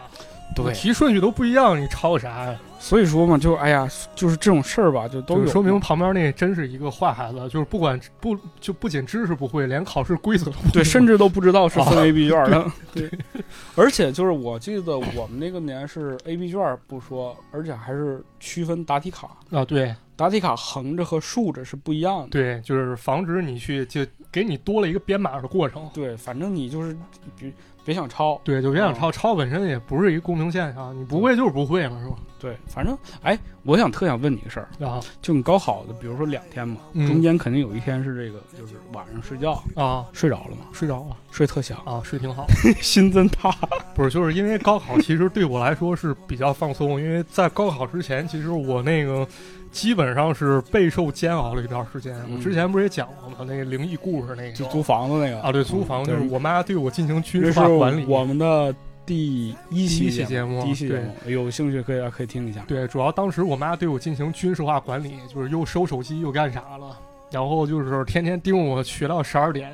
Speaker 2: 对
Speaker 3: 你题顺序都不一样，你抄啥呀？
Speaker 2: 所以说嘛，就哎呀，就是这种事儿吧，就都
Speaker 3: 就
Speaker 2: 有
Speaker 3: 是说明旁边那真是一个坏孩子，就是不管不就不仅知识不会，连考试规则都不会
Speaker 2: 对，甚至都不知道是分 A、B 卷 的。
Speaker 3: 对，
Speaker 2: 啊而且就是我记得我们那个年是 A、B 卷不说，而且还是区分答题卡，
Speaker 3: 啊，对
Speaker 2: 答题卡横着和竖着是不一样的。
Speaker 3: 对，就是防止你去就给你多了一个编码的过程。
Speaker 2: 对，反正你就是别别想抄。
Speaker 3: 对，就别想抄，抄本身也不是一个公平现象，你不会就是不会嘛，是吧？
Speaker 2: 对，反正哎，我想特想问你个事儿，
Speaker 3: 啊
Speaker 2: 就你高考的，比如说两天嘛，
Speaker 3: 嗯
Speaker 2: 中间肯定有一天是这个，就是晚上睡觉
Speaker 3: 啊，
Speaker 2: 睡着了嘛，
Speaker 3: 睡着了
Speaker 2: 睡特香，
Speaker 3: 啊，睡挺好。
Speaker 2: 心增大。
Speaker 3: 不是，就是因为高考其实对我来说是比较放松，因为在高考之前，其实我那个基本上是备受煎熬了一段时间。
Speaker 2: 嗯
Speaker 3: 我之前不是也讲过吗？那个灵异故事那
Speaker 2: 就
Speaker 3: 个
Speaker 2: 租房子那个嗯
Speaker 3: 啊，对，租房就是
Speaker 2: 对
Speaker 3: 我妈对我进行军
Speaker 2: 这
Speaker 3: 事
Speaker 2: 是
Speaker 3: 化管理。
Speaker 2: 我们的第一
Speaker 3: 第
Speaker 2: 期
Speaker 3: 一期节目
Speaker 2: 第一期节
Speaker 3: 哦对
Speaker 2: 目，有兴趣可以可以听一下。
Speaker 3: 对，主要当时我妈对我进行军事化管理，就是又收手机又干啥了，然后就是天天盯我学到十二点，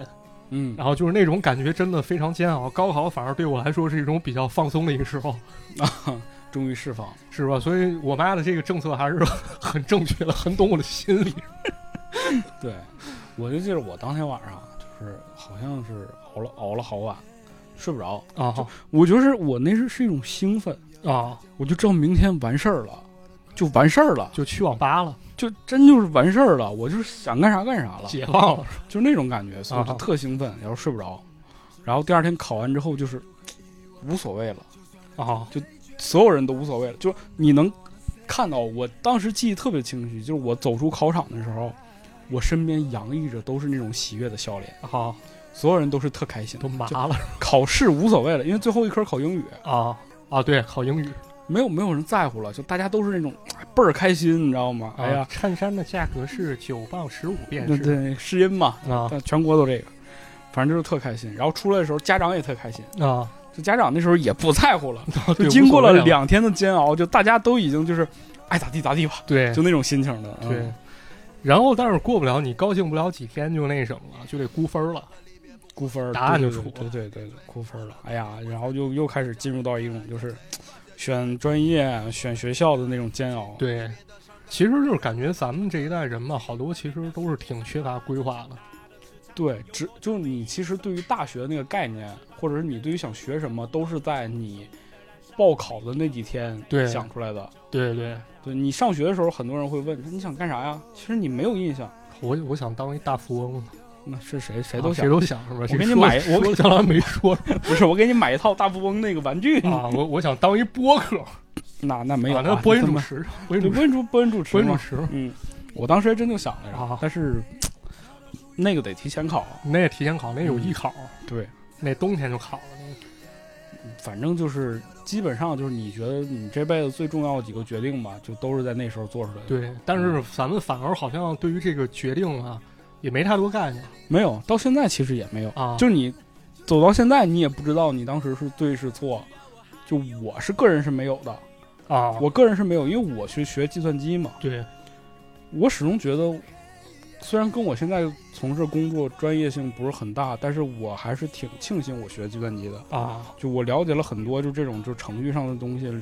Speaker 2: 嗯
Speaker 3: 然后就是那种感觉真的非常煎熬。高考反而对我来说是一种比较放松的一个时候，
Speaker 2: 啊，终于释放了。
Speaker 3: 是吧？所以我妈的这个政策还是 很正确的，很懂我的心理。
Speaker 2: 对，我就记得我当天晚上就是好像是熬了熬了好晚，睡不着。
Speaker 3: 啊
Speaker 2: 我就是我那是是一种兴奋，
Speaker 3: 啊，
Speaker 2: 我就知道明天完事儿了，就完事儿了，
Speaker 3: 就去网吧了，
Speaker 2: 就真就是完事儿了。我就是想干啥干啥了，
Speaker 3: 解放了，
Speaker 2: 就是那种感觉，所以我就
Speaker 3: 啊
Speaker 2: 特兴奋，然后睡不着。然后第二天考完之后就是无所谓了。
Speaker 3: 啊
Speaker 2: 所有人都无所谓了，就是你能看到，我当时记忆特别清晰，就是我走出考场的时候，我身边洋溢着都是那种喜悦的笑脸，
Speaker 3: 啊，
Speaker 2: 所有人都是特开心
Speaker 3: 都
Speaker 2: 的。
Speaker 3: 麻了
Speaker 2: 考试无所谓了，因为最后一科考英语，
Speaker 3: 啊啊！对，考英语，
Speaker 2: 没有没有人在乎了，就大家都是那种哎倍儿开心，你知道吗？
Speaker 3: 啊
Speaker 2: 哎呀，
Speaker 3: 衬衫的价格是九磅十五便
Speaker 2: 那对试音嘛，
Speaker 3: 啊
Speaker 2: 但全国都这个，反正就是特开心。然后出来的时候，家长也特开心，
Speaker 3: 啊，
Speaker 2: 就家长那时候也不在乎了，就
Speaker 3: 对
Speaker 2: 经过
Speaker 3: 无所谓
Speaker 2: 了
Speaker 3: 了
Speaker 2: 两天的煎熬，就大家都已经就是爱咋地咋地吧，
Speaker 3: 对
Speaker 2: 就那种心情的。嗯
Speaker 3: 对。然后，但是过不了，你高兴不了几天就那什么了，就得估分儿了。
Speaker 2: 估分儿，
Speaker 3: 答案
Speaker 2: 对
Speaker 3: 就
Speaker 2: 对
Speaker 3: 出
Speaker 2: 对对对对，估分儿了。哎呀，然后就又开始进入到一种就是选专业、选学校的那种煎熬。，
Speaker 3: 对，其实就是感觉咱们这一代人嘛，好多其实都是挺缺乏规划的。
Speaker 2: 对，只就是你其实对于大学那个概念，或者是你对于想学什么，都是在你报考的那几天
Speaker 3: 对
Speaker 2: 想出来的。
Speaker 3: 对对，
Speaker 2: 对你上学的时候，很多人会问你想干啥呀？其实你没有印象，
Speaker 3: 我我想当一大富翁，
Speaker 2: 那是谁谁
Speaker 3: 谁
Speaker 2: 都想。
Speaker 3: 啊谁都想是吧？
Speaker 2: 我给你买我
Speaker 3: 我想来没说
Speaker 2: 不是，我给你买一套大富翁那个玩具。
Speaker 3: 啊，我我想当一播客，
Speaker 2: 那那嗯没有、
Speaker 3: 啊
Speaker 2: 啊，
Speaker 3: 那播音
Speaker 2: 这
Speaker 3: 主
Speaker 2: 么
Speaker 3: 持，播音
Speaker 2: 对
Speaker 3: 主持
Speaker 2: 播音主播音主持
Speaker 3: 播音主
Speaker 2: 嘛。
Speaker 3: 持，
Speaker 2: 嗯，我当时还真就想来着
Speaker 3: 啊，
Speaker 2: 但是那个得提前考。
Speaker 3: 那也提前考，那有艺考，
Speaker 2: 对，
Speaker 3: 那冬天就考了。那个
Speaker 2: 反正就是基本上就是你觉得你这辈子最重要的几个决定吧，就都是在那时候做出来的。，
Speaker 3: 对，但是
Speaker 2: 嗯
Speaker 3: 咱们反而好像对于这个决定啊，也没太多概念
Speaker 2: 没有到现在其实也没有，
Speaker 3: 啊。
Speaker 2: 就是你走到现在，你也不知道你当时是对是错。就我是个人是没有的，
Speaker 3: 啊，
Speaker 2: 我个人是没有，因为我去学计算机嘛，
Speaker 3: 对
Speaker 2: 我始终觉得，虽然跟我现在从事工作专业性不是很大，但是我还是挺庆幸我学计算机的。
Speaker 3: 啊，
Speaker 2: 就我了解了很多，就这种就程序上的东西，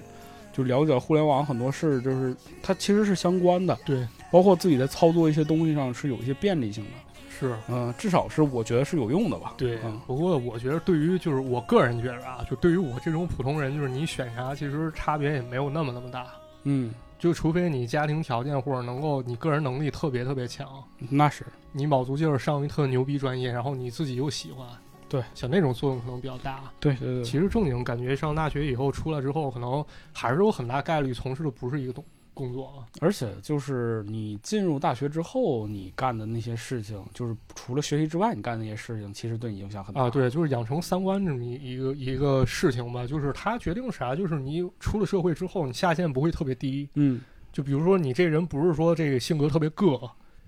Speaker 2: 就了解了互联网很多事儿，就是它其实是相关的，
Speaker 3: 对
Speaker 2: 包括自己在操作一些东西上是有一些便利性的，
Speaker 3: 是。
Speaker 2: 嗯、至少是我觉得是有用的吧。
Speaker 3: 对
Speaker 2: 嗯，
Speaker 3: 不过我觉得对于就是我个人觉得啊，就对于我这种普通人，就是你选啥其实差别也没有那么那么大，
Speaker 2: 嗯，
Speaker 3: 就除非你家庭条件或者能够你个人能力特别特别强，
Speaker 2: 那是
Speaker 3: 你卯足劲儿上一特牛逼专业，然后你自己又喜欢，
Speaker 2: 对，
Speaker 3: 像那种作用可能比较大。
Speaker 2: 对对对，
Speaker 3: 其实正经感觉上大学以后出来之后，可能还是有很大概率从事的不是一个工工作啊。
Speaker 2: 而且就是你进入大学之后，你干的那些事情，就是除了学习之外，你干的那些事情，其实对你影响很大。
Speaker 3: 啊，，对，就是养成三观这么一一个一个事情吧，就是它决定啥，就是你出了社会之后，你下限不会特别低。
Speaker 2: 嗯，
Speaker 3: 就比如说你这人不是说这个性格特别个，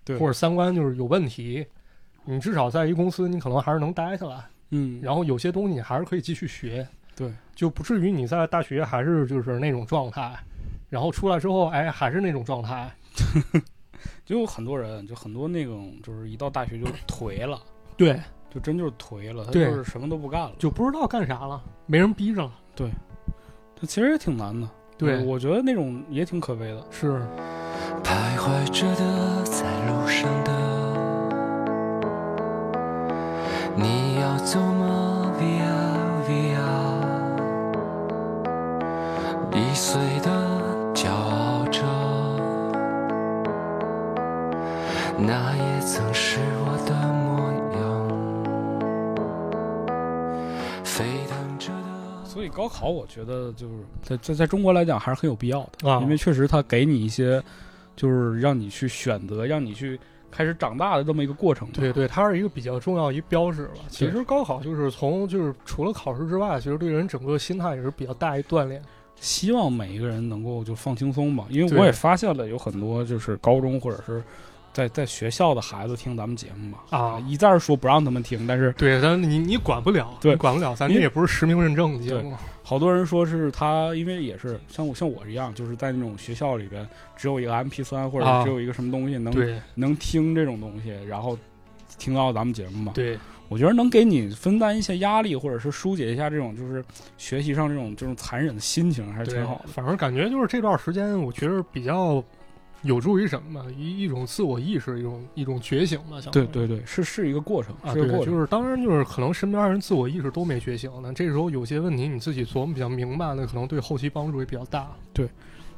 Speaker 2: 对，
Speaker 3: 或者三观就是有问题，你至少在一公司你可能还是能待下来，
Speaker 2: 嗯，
Speaker 3: 然后有些东西你还是可以继续学，
Speaker 2: 对，
Speaker 3: 就不至于你在大学还是就是那种状态，然后出来之后哎还是那种状态
Speaker 2: 就有很多人，就很多那种，就是一到大学就颓了，
Speaker 3: 对，
Speaker 2: 就真就是颓了，他就
Speaker 3: 对
Speaker 2: 是什么都不干了。
Speaker 3: 就不知道干啥了，没人逼着了，
Speaker 2: 这其实也挺难的。
Speaker 3: 对
Speaker 2: 我觉得那种也挺可悲的。
Speaker 3: 是
Speaker 1: 徘徊着的，在路上的，你要走吗？Via Via，易碎的，骄傲着，那也曾是我的模样，沸腾着的。
Speaker 2: 所以高考，我觉得就是在在在中国来讲还是很有必要的，
Speaker 3: 啊
Speaker 2: 因为确实它给你一些，就是让你去选择，让你去开始长大的这么一个过程。
Speaker 3: 对，对，它是一个比较重要一标志了。其
Speaker 2: 对
Speaker 3: 实高考就是从就是除了考试之外，其实对人整个心态也是比较大一锻炼。
Speaker 2: 希望每一个人能够就放轻松吧，因为
Speaker 3: 对
Speaker 2: 我也发现了有很多就是高中或者是在在学校的孩子听咱们节目吧，
Speaker 3: 啊
Speaker 2: 一再说不让他们听，但是
Speaker 3: 对，咱你你管不了，
Speaker 2: 对
Speaker 3: 你管不了，咱
Speaker 2: 因
Speaker 3: 这
Speaker 2: 为
Speaker 3: 也不是实名认证的节目。
Speaker 2: 好多人说是他，因为也是像我像我一样，就是在那种学校里边只有一个 MP 三或者
Speaker 3: 啊
Speaker 2: 只有一个什么东西能、
Speaker 3: 对
Speaker 2: 能听这种东西，然后听到咱们节目嘛。
Speaker 3: 对
Speaker 2: 我觉得能给你分担一些压力，或者是疏解一下这种就是学习上这种这种残忍的心情，还是
Speaker 3: 对
Speaker 2: 挺好，的。
Speaker 3: 反正感觉就是这段时间，我觉得比较有助于什么呢一一种自我意识，一种一种觉醒吧。相当
Speaker 2: 对
Speaker 3: 于
Speaker 2: 对对，是是一个过程，
Speaker 3: 啊，
Speaker 2: 是一个
Speaker 3: 对，
Speaker 2: 过程。
Speaker 3: 就是当然就是可能身边人自我意识都没觉醒呢，这时候有些问题你自己琢磨比较明白了，可能对后期帮助也比较大。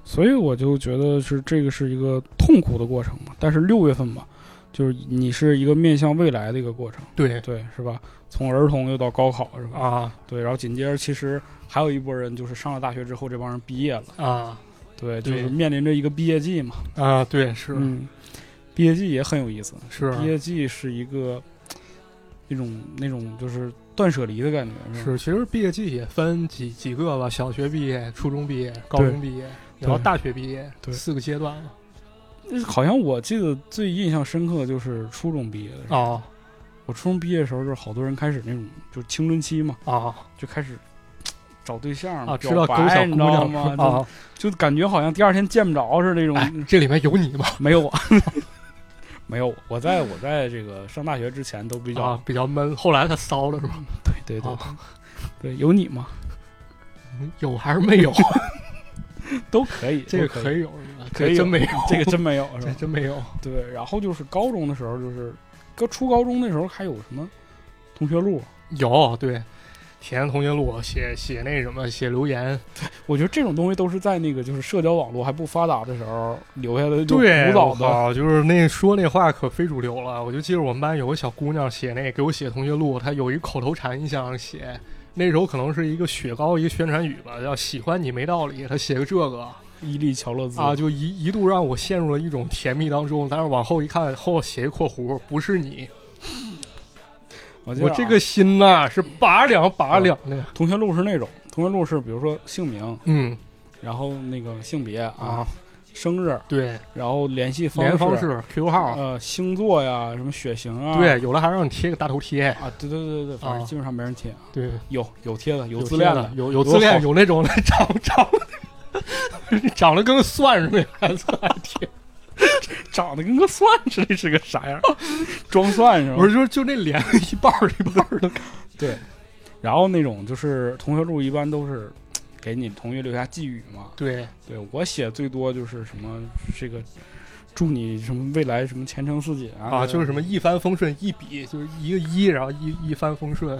Speaker 2: 所以我就觉得是这个是一个痛苦的过程嘛。但是六月份吧，就是你是一个面向未来的一个过程，
Speaker 3: 对
Speaker 2: 对，是吧？从儿童又到高考，是吧？
Speaker 3: 啊
Speaker 2: 对，然后紧接着其实还有一波人就是上了大学之后，这帮人毕业了，
Speaker 3: 啊
Speaker 2: 对，就
Speaker 3: 对
Speaker 2: 是面临着一个毕业季嘛。
Speaker 3: 啊，对，是、
Speaker 2: 嗯，毕业季也很有意思，
Speaker 3: 是
Speaker 2: 毕业季是一个那种那种就是断舍离的感觉，吧
Speaker 3: 是，其实毕业季也分几几个吧，小学毕业、初中毕业、高中毕业，然后大学毕业，
Speaker 2: 对
Speaker 3: 四个阶段了
Speaker 2: 好像我记得最印象深刻的就是初中毕业的时候，
Speaker 3: 啊
Speaker 2: 我初中毕业的时候，就是好多人开始那种就是青春期嘛，
Speaker 3: 啊
Speaker 2: 就开始找对象
Speaker 3: 啊！知
Speaker 2: 表
Speaker 3: 道勾小
Speaker 2: 嗯白，
Speaker 3: 姑
Speaker 2: 你知道
Speaker 3: 娘
Speaker 2: 吗？就、
Speaker 3: 了
Speaker 2: 嗯
Speaker 3: 啊，
Speaker 2: 就感觉好像第二天见不着似的那种，
Speaker 3: 哎，这里面有你吗？
Speaker 2: 没有 我，没有我。我在我在这个上大学之前都比较、
Speaker 3: 啊，比较闷。后来他骚了是吧？
Speaker 2: 对对对、
Speaker 3: 啊
Speaker 2: 对，有你吗？
Speaker 3: 嗯有还是 没有？
Speaker 2: 都可以，
Speaker 3: 这个
Speaker 2: 都可
Speaker 3: 可以有是吧？
Speaker 2: 可以有
Speaker 3: 这真 没有，
Speaker 2: 这个真没有是
Speaker 3: 这
Speaker 2: 吧？
Speaker 3: 真没有
Speaker 2: 对，然后就是高中的时候，就是搁初高中那时候还有什么同学录，啊
Speaker 3: 有对。体验同学录，写写那什么，写留言，
Speaker 2: 我觉得这种东西都是在那个就是社交网络还不发达的时候留下的，就
Speaker 3: 对，
Speaker 2: 古
Speaker 3: 我
Speaker 2: 老的。
Speaker 3: 靠，就是那说那话可非主流了。我就记得我们班有个小姑娘写那给我写同学录，她有一口头禅印象写，那时候可能是一个雪糕一个宣传语吧，叫“喜欢你没道理”，她写个这个
Speaker 2: 伊利乔勒兹
Speaker 3: 啊，，就一一度让我陷入了一种甜蜜当中。但是往后一看，后写一括弧，不是你，
Speaker 2: 我记得
Speaker 3: 我
Speaker 2: 啊
Speaker 3: 这个心呐、是拔凉拔凉的。
Speaker 2: 同学录是那种同学录是，比如说姓名，
Speaker 3: 嗯，
Speaker 2: 然后那个性别啊
Speaker 3: 啊，
Speaker 2: 生日，
Speaker 3: 对，
Speaker 2: 然后联系
Speaker 3: 联系方
Speaker 2: 式，
Speaker 3: 式、QQ 号，
Speaker 2: 呃，星座呀，什么血型啊，
Speaker 3: 对，有的还让你贴个大头贴，
Speaker 2: 啊，对对对对，反正
Speaker 3: 啊
Speaker 2: 基本上没人贴，
Speaker 3: 对。
Speaker 2: 有有贴的，有
Speaker 3: 有
Speaker 2: 自恋
Speaker 3: 的
Speaker 2: 的，，
Speaker 3: 有有
Speaker 2: 有
Speaker 3: 自恋，
Speaker 2: 好
Speaker 3: 有那种的 长长长得跟个蒜似的，还子还挺
Speaker 2: 长得跟个蒜似的，是个啥 样？装蒜是吧？
Speaker 3: 不是，就是就那脸一半儿一半儿的，
Speaker 2: 对，然后那种就是同学录一般都是给你同学留下寄语嘛。
Speaker 3: 对，
Speaker 2: 对我写最多就是什么这个，祝你什么未来什么前程似锦啊
Speaker 3: 啊，就是什么一帆风顺，一笔就是一个一，然后一一帆风顺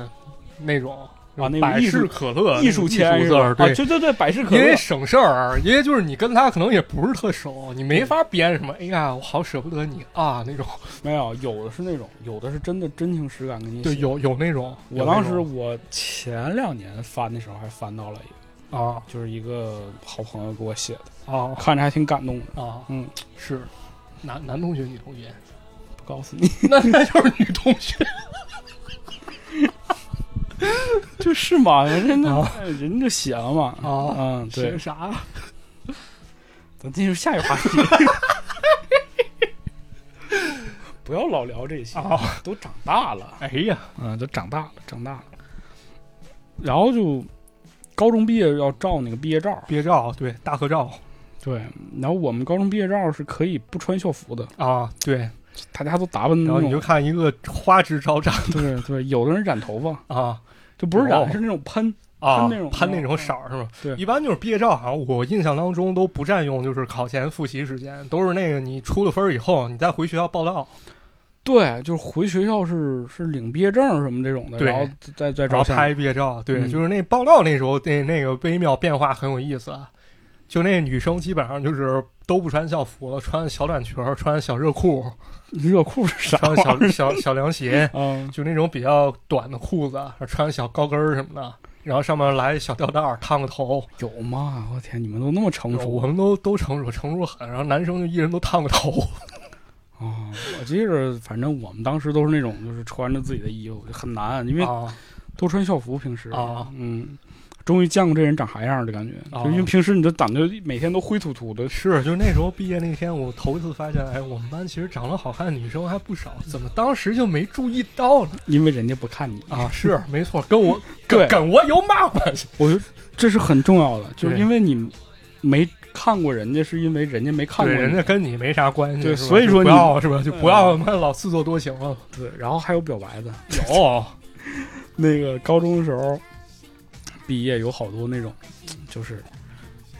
Speaker 3: 那种
Speaker 2: 啊那种
Speaker 3: 百
Speaker 2: 艺术
Speaker 3: 事可乐
Speaker 2: 呃艺术签
Speaker 3: 艺
Speaker 2: 是
Speaker 3: 字
Speaker 2: 吧
Speaker 3: 儿，？
Speaker 2: 啊，
Speaker 3: 对。
Speaker 2: 对对对，百事可
Speaker 3: 因为
Speaker 2: 乐。
Speaker 3: 省事儿，因为就是你跟他可能也不是特熟，你没法编什么。哎呀，我好舍不得你啊那种。
Speaker 2: 没有，有的是那种，有的是真的真情实感跟你
Speaker 3: 对，
Speaker 2: 写。
Speaker 3: 有有那种。
Speaker 2: 我
Speaker 3: 有那
Speaker 2: 当时
Speaker 3: 种
Speaker 2: 我前两年翻的时候还翻到了一个，
Speaker 3: 啊
Speaker 2: 就是一个好朋友给我写的，
Speaker 3: 啊
Speaker 2: 看着还挺感动的。
Speaker 3: 啊
Speaker 2: 嗯，
Speaker 3: 是，男男同学女 同学，
Speaker 2: 不告诉你，
Speaker 3: 那那就是女同学。
Speaker 2: 就是嘛，人家、
Speaker 3: 啊
Speaker 2: 人家就写了嘛。
Speaker 3: 啊
Speaker 2: 嗯，对
Speaker 3: 学，啥？
Speaker 2: 咱进入下一个话题。 不要老聊这些，
Speaker 3: 啊
Speaker 2: 都长大了，
Speaker 3: 哎呀，
Speaker 2: 嗯，都长大了，长大了。然后就高中毕业要照那个毕业照，
Speaker 3: 毕业照，对，大合照
Speaker 2: 对。然后我们高中毕业照是可以不穿校服的，
Speaker 3: 啊，对。
Speaker 2: 大家都打扮的
Speaker 3: 然后
Speaker 2: 那
Speaker 3: 你就
Speaker 2: 种，
Speaker 3: 看一个花枝招展
Speaker 2: 对 对。有的人染头发，
Speaker 3: 啊
Speaker 2: 就不是
Speaker 3: 哦
Speaker 2: 染，是那种喷。
Speaker 3: 啊，
Speaker 2: 喷那种嗯
Speaker 3: 喷那种色儿是吧？
Speaker 2: 对
Speaker 3: 一般就是毕业照，好像我印象当中都不占用就是考前复习时间，都是那个你出了分儿以后，你再回学校报到，
Speaker 2: 对，就是回学校是是领毕业证什么这种的，
Speaker 3: 对
Speaker 2: 然后再再
Speaker 3: 然
Speaker 2: 照
Speaker 3: 后
Speaker 2: 相。
Speaker 3: 拍毕业照。对，
Speaker 2: 嗯
Speaker 3: 就是那报到那时候那那个微妙变化很有意思啊。就那女生基本上就是都不穿校服了，穿小短裙儿，穿小热裤，
Speaker 2: 热裤是啥
Speaker 3: 穿
Speaker 2: 玩意儿？
Speaker 3: 小小小凉鞋，
Speaker 2: 嗯，
Speaker 3: 就那种比较短的裤子，啊穿小高跟儿什么的，然后上面来小吊带儿，烫个头。
Speaker 2: 有吗？我天，你们都那么成熟，
Speaker 3: 我们都都成熟，成熟很。然后男生就一人都烫个头，
Speaker 2: 哦，我记着，反正我们当时都是那种，就是穿着自己的衣服，就很难，因为
Speaker 3: 啊
Speaker 2: 都穿校服平时。
Speaker 3: 啊
Speaker 2: 嗯，终于见过这人长啥样儿的感觉，
Speaker 3: 啊
Speaker 2: 就因为平时你就感觉每天都灰秃秃的。
Speaker 3: 是，就是那时候毕业那天，我头一次发现，哎，我们班其实长得好看的女生还不少，怎么当时就没注意到呢？
Speaker 2: 因为人家不看你
Speaker 3: 啊，是没错，跟 我
Speaker 2: 对
Speaker 3: 跟跟我有嘛关系？
Speaker 2: 我觉得这是很重要的，就是
Speaker 3: 对
Speaker 2: 因为你没看过人家，是因为人家没看
Speaker 3: 对，
Speaker 2: 过
Speaker 3: 人
Speaker 2: 你
Speaker 3: 家跟你没啥关系，
Speaker 2: 对
Speaker 3: 是吧
Speaker 2: 所以
Speaker 3: 就
Speaker 2: 说
Speaker 3: 不
Speaker 2: 你
Speaker 3: 要是吧？就不要他妈老自作多情了。
Speaker 2: 对，然后还有表白的。
Speaker 3: 有
Speaker 2: 那个高中的时候，毕业有好多那种，就是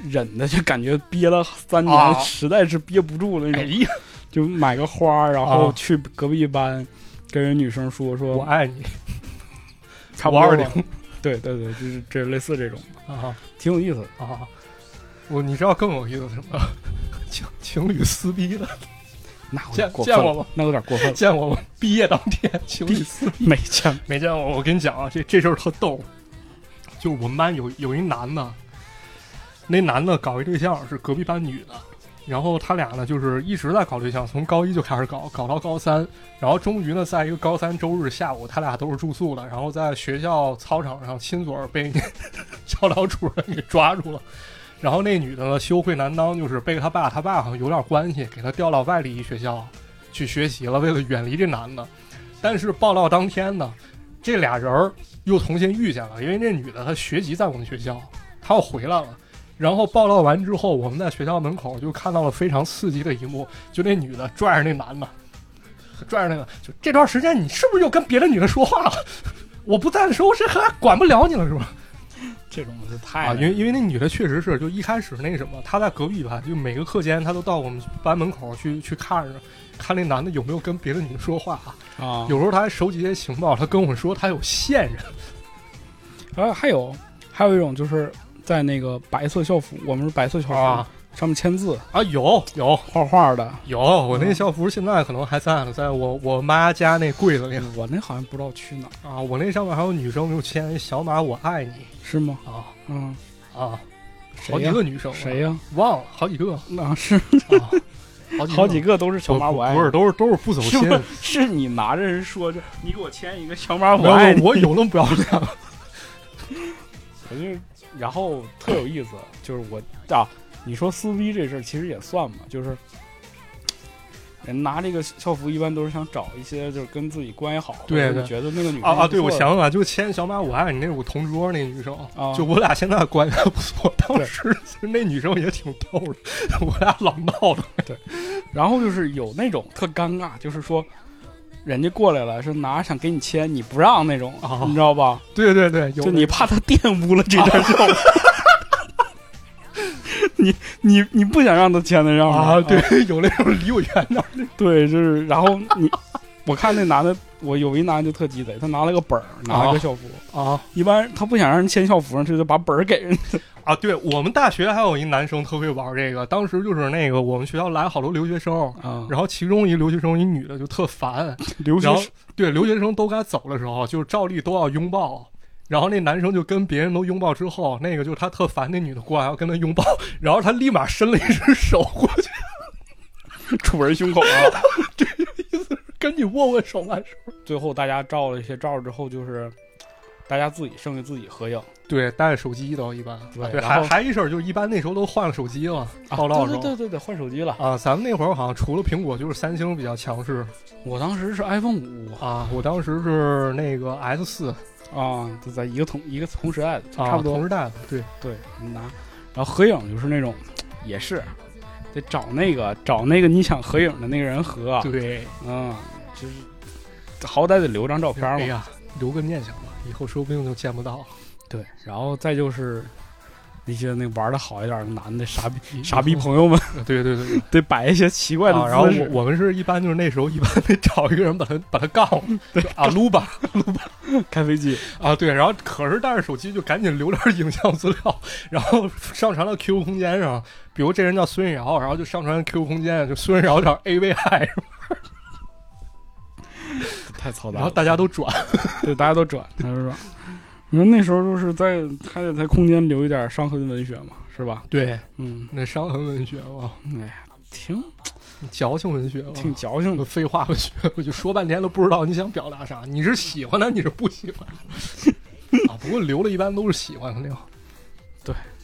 Speaker 2: 忍的就感觉憋了三年，
Speaker 3: 啊
Speaker 2: 实在是憋不住了那种。
Speaker 3: 哎呀，
Speaker 2: 就买个花儿，然后
Speaker 3: 啊
Speaker 2: 去隔壁班跟人女生说
Speaker 3: 我
Speaker 2: 说，
Speaker 3: 爱你
Speaker 2: 差不多吧
Speaker 3: 520，
Speaker 2: 对对对，就是这类似这种，
Speaker 3: 啊。
Speaker 2: 挺有意思的。
Speaker 3: 啊，我你知道更有意思是什么？ 情情侣撕逼的，
Speaker 2: 那有点
Speaker 3: 见
Speaker 2: 过分
Speaker 3: 见过
Speaker 2: 了，
Speaker 3: 吗？
Speaker 2: 那有点过 分了，
Speaker 3: 见过吗？毕业当天情侣撕，
Speaker 2: 没见过。
Speaker 3: 没见过。我跟你讲啊，这这事儿特逗，就是我们班有有一男的，那男的搞一对象是隔壁班女的。然后他俩呢，就是一直在搞对象，从高一就开始搞，搞到高三，然后终于呢，在一个高三周日下午，他俩都是住宿的，然后在学校操场上亲嘴儿被 教导主任给抓住了。然后那女的呢，羞愧难当，就是被他爸，他爸好像有点关系，给他调到外地一学校去学习了，为了远离这男的。但是报道当天呢，这俩人儿又重新遇见了，因为那女的她学籍在我们学校，她又回来了。然后报道完之后，我们在学校门口就看到了非常刺激的一幕，就那女的拽着那男的， 拽着那个，就这段时间你是不是又跟别的女的说话了？我不在的时候，这还管不了你了是吧？
Speaker 2: 这种就太
Speaker 3: 啊，因为因为那女的确实是，就一开始那什么，她在隔壁班，就每个课间她都到我们班门口去 去看着，看那男的有没有跟别的女的说话。
Speaker 2: 啊，
Speaker 3: 有时候她还收集一些情报，她跟我说她有线人
Speaker 2: 然后呃还有还有一种就是在那个白色校服，我们是白色校服，
Speaker 3: 啊
Speaker 2: 上面签字
Speaker 3: 啊，有有
Speaker 2: 画画的。
Speaker 3: 有，我那
Speaker 2: 嗯
Speaker 3: 校服现在可能还在呢，在我我妈家那柜子里
Speaker 2: 我那好像不知道去哪儿，
Speaker 3: 啊。我那上面还有女生给我签一小马我爱你
Speaker 2: 是吗？
Speaker 3: 啊
Speaker 2: 嗯，
Speaker 3: 啊，好
Speaker 2: 谁
Speaker 3: 几
Speaker 2: 呀？
Speaker 3: 个女生啊
Speaker 2: 谁呀？
Speaker 3: 忘了好 几个，
Speaker 2: 那是
Speaker 3: 啊
Speaker 2: 好
Speaker 3: 好
Speaker 2: 几
Speaker 3: 几个
Speaker 2: 个都是小马
Speaker 3: 不
Speaker 2: 我爱你
Speaker 3: 不是都是都是不走
Speaker 2: 是
Speaker 3: 心，
Speaker 2: 不是是你拿着人说着，你给我签一个小马我
Speaker 3: 我
Speaker 2: 爱你，
Speaker 3: 我有那么不要脸 吗？
Speaker 2: 我就然后特有意思，就是我啊，你说撕逼这事儿其实也算嘛，就是人拿这个校服一般都是想找一些就是跟自己关系好的，
Speaker 3: 对
Speaker 2: 或者
Speaker 3: 对
Speaker 2: 觉得那个女生
Speaker 3: 啊啊！对，
Speaker 2: 不
Speaker 3: 我
Speaker 2: 错
Speaker 3: 想起来，就签小马我爱你那是我同桌那女生，
Speaker 2: 啊，
Speaker 3: 就我俩现在关系还不错，当时其实那女生也挺逗的，我俩老闹的。
Speaker 2: 然后就是有那种特尴尬，就是说人家过来了是拿着想给你签，你不让那种，
Speaker 3: 啊
Speaker 2: 你知道吧？
Speaker 3: 对对对，有
Speaker 2: 就你怕他玷污了这段肉。你你你不想让他签在上面
Speaker 3: 啊，对，有那种离我远点儿
Speaker 2: 对，就是然后你，我看那男的，我有一男的就特鸡贼，他拿了个本儿，拿了个校服。
Speaker 3: 啊
Speaker 2: 一般他不想让人签校服，他就把本儿给人。
Speaker 3: 啊！对我们大学还有一男生特会玩这个，当时就是那个我们学校来好多留学生，
Speaker 2: 啊，
Speaker 3: 然后其中一留学生一女的就特烦，
Speaker 2: 留学
Speaker 3: 然后
Speaker 2: 生
Speaker 3: 对留学生都该走的时候，就是照例都要拥抱。然后那男生就跟别人都拥抱之后，那个就是他特烦那女的过来要跟他拥抱，然后他立马伸了一只手过去，
Speaker 2: 杵人胸口啊。
Speaker 3: 跟你握握手完事儿。
Speaker 2: 最后大家照了一些照之后，就是大家自己剩下自己合影。
Speaker 3: 对，带着手机都一般。
Speaker 2: 对
Speaker 3: 啊对，
Speaker 2: 然
Speaker 3: 还
Speaker 2: 后
Speaker 3: 还一事儿，就是一般那时候都换了手机了，报道
Speaker 2: 啊
Speaker 3: 的时
Speaker 2: 对
Speaker 3: 候。
Speaker 2: 对对对对，换手机了。
Speaker 3: 啊，咱们那会儿好像除了苹果就是三星比较强势
Speaker 2: 我当时是 iPhone 五
Speaker 3: 啊，我当时是那个 S 四
Speaker 2: 啊，就在一个同一个同时代的，
Speaker 3: 啊，
Speaker 2: 差不多
Speaker 3: 同。时代的，对
Speaker 2: 对，你拿，然后合影就是那种，也是得找那个找那个你想合影的那个人合啊。
Speaker 3: 对，
Speaker 2: 嗯，就是好歹得留张照片
Speaker 3: 哎
Speaker 2: 嘛。
Speaker 3: 呀，留个念想吧，以后说不定就见不到了。
Speaker 2: 对，然后再就是那些那玩的好一点的男的傻逼
Speaker 3: 以
Speaker 2: 傻逼
Speaker 3: 后
Speaker 2: 朋友们，
Speaker 3: 对对对对，
Speaker 2: 得摆一些奇怪的
Speaker 3: 啊，然后
Speaker 2: 姿势。
Speaker 3: 我我们是一般就是那时候一般得找一个人把他把他杠了，就啊撸吧
Speaker 2: 开飞 机，
Speaker 3: 啊对，然后可是带着手机就赶紧留点影像资料， 然后上传到 QQ 空间上，比如这人叫孙运瑶，然后就上传 QQ 空间，就孙运瑶点 AVI，
Speaker 2: 太嘈杂
Speaker 3: 然后
Speaker 2: 了。
Speaker 3: 大家都转，
Speaker 2: 对，大家都转，大家都转。你说那时候就是在还得在空间留一点伤痕文学嘛，是吧？
Speaker 3: 对，
Speaker 2: 嗯，
Speaker 3: 那伤痕文学哇，
Speaker 2: 哎呀，挺
Speaker 3: 矫情文学哇，
Speaker 2: 挺矫 情的。
Speaker 3: 废话文学，我就说半天都不知道你想表达啥，你是喜欢他，你是不喜欢他 啊？不过留了一般都是喜欢的那种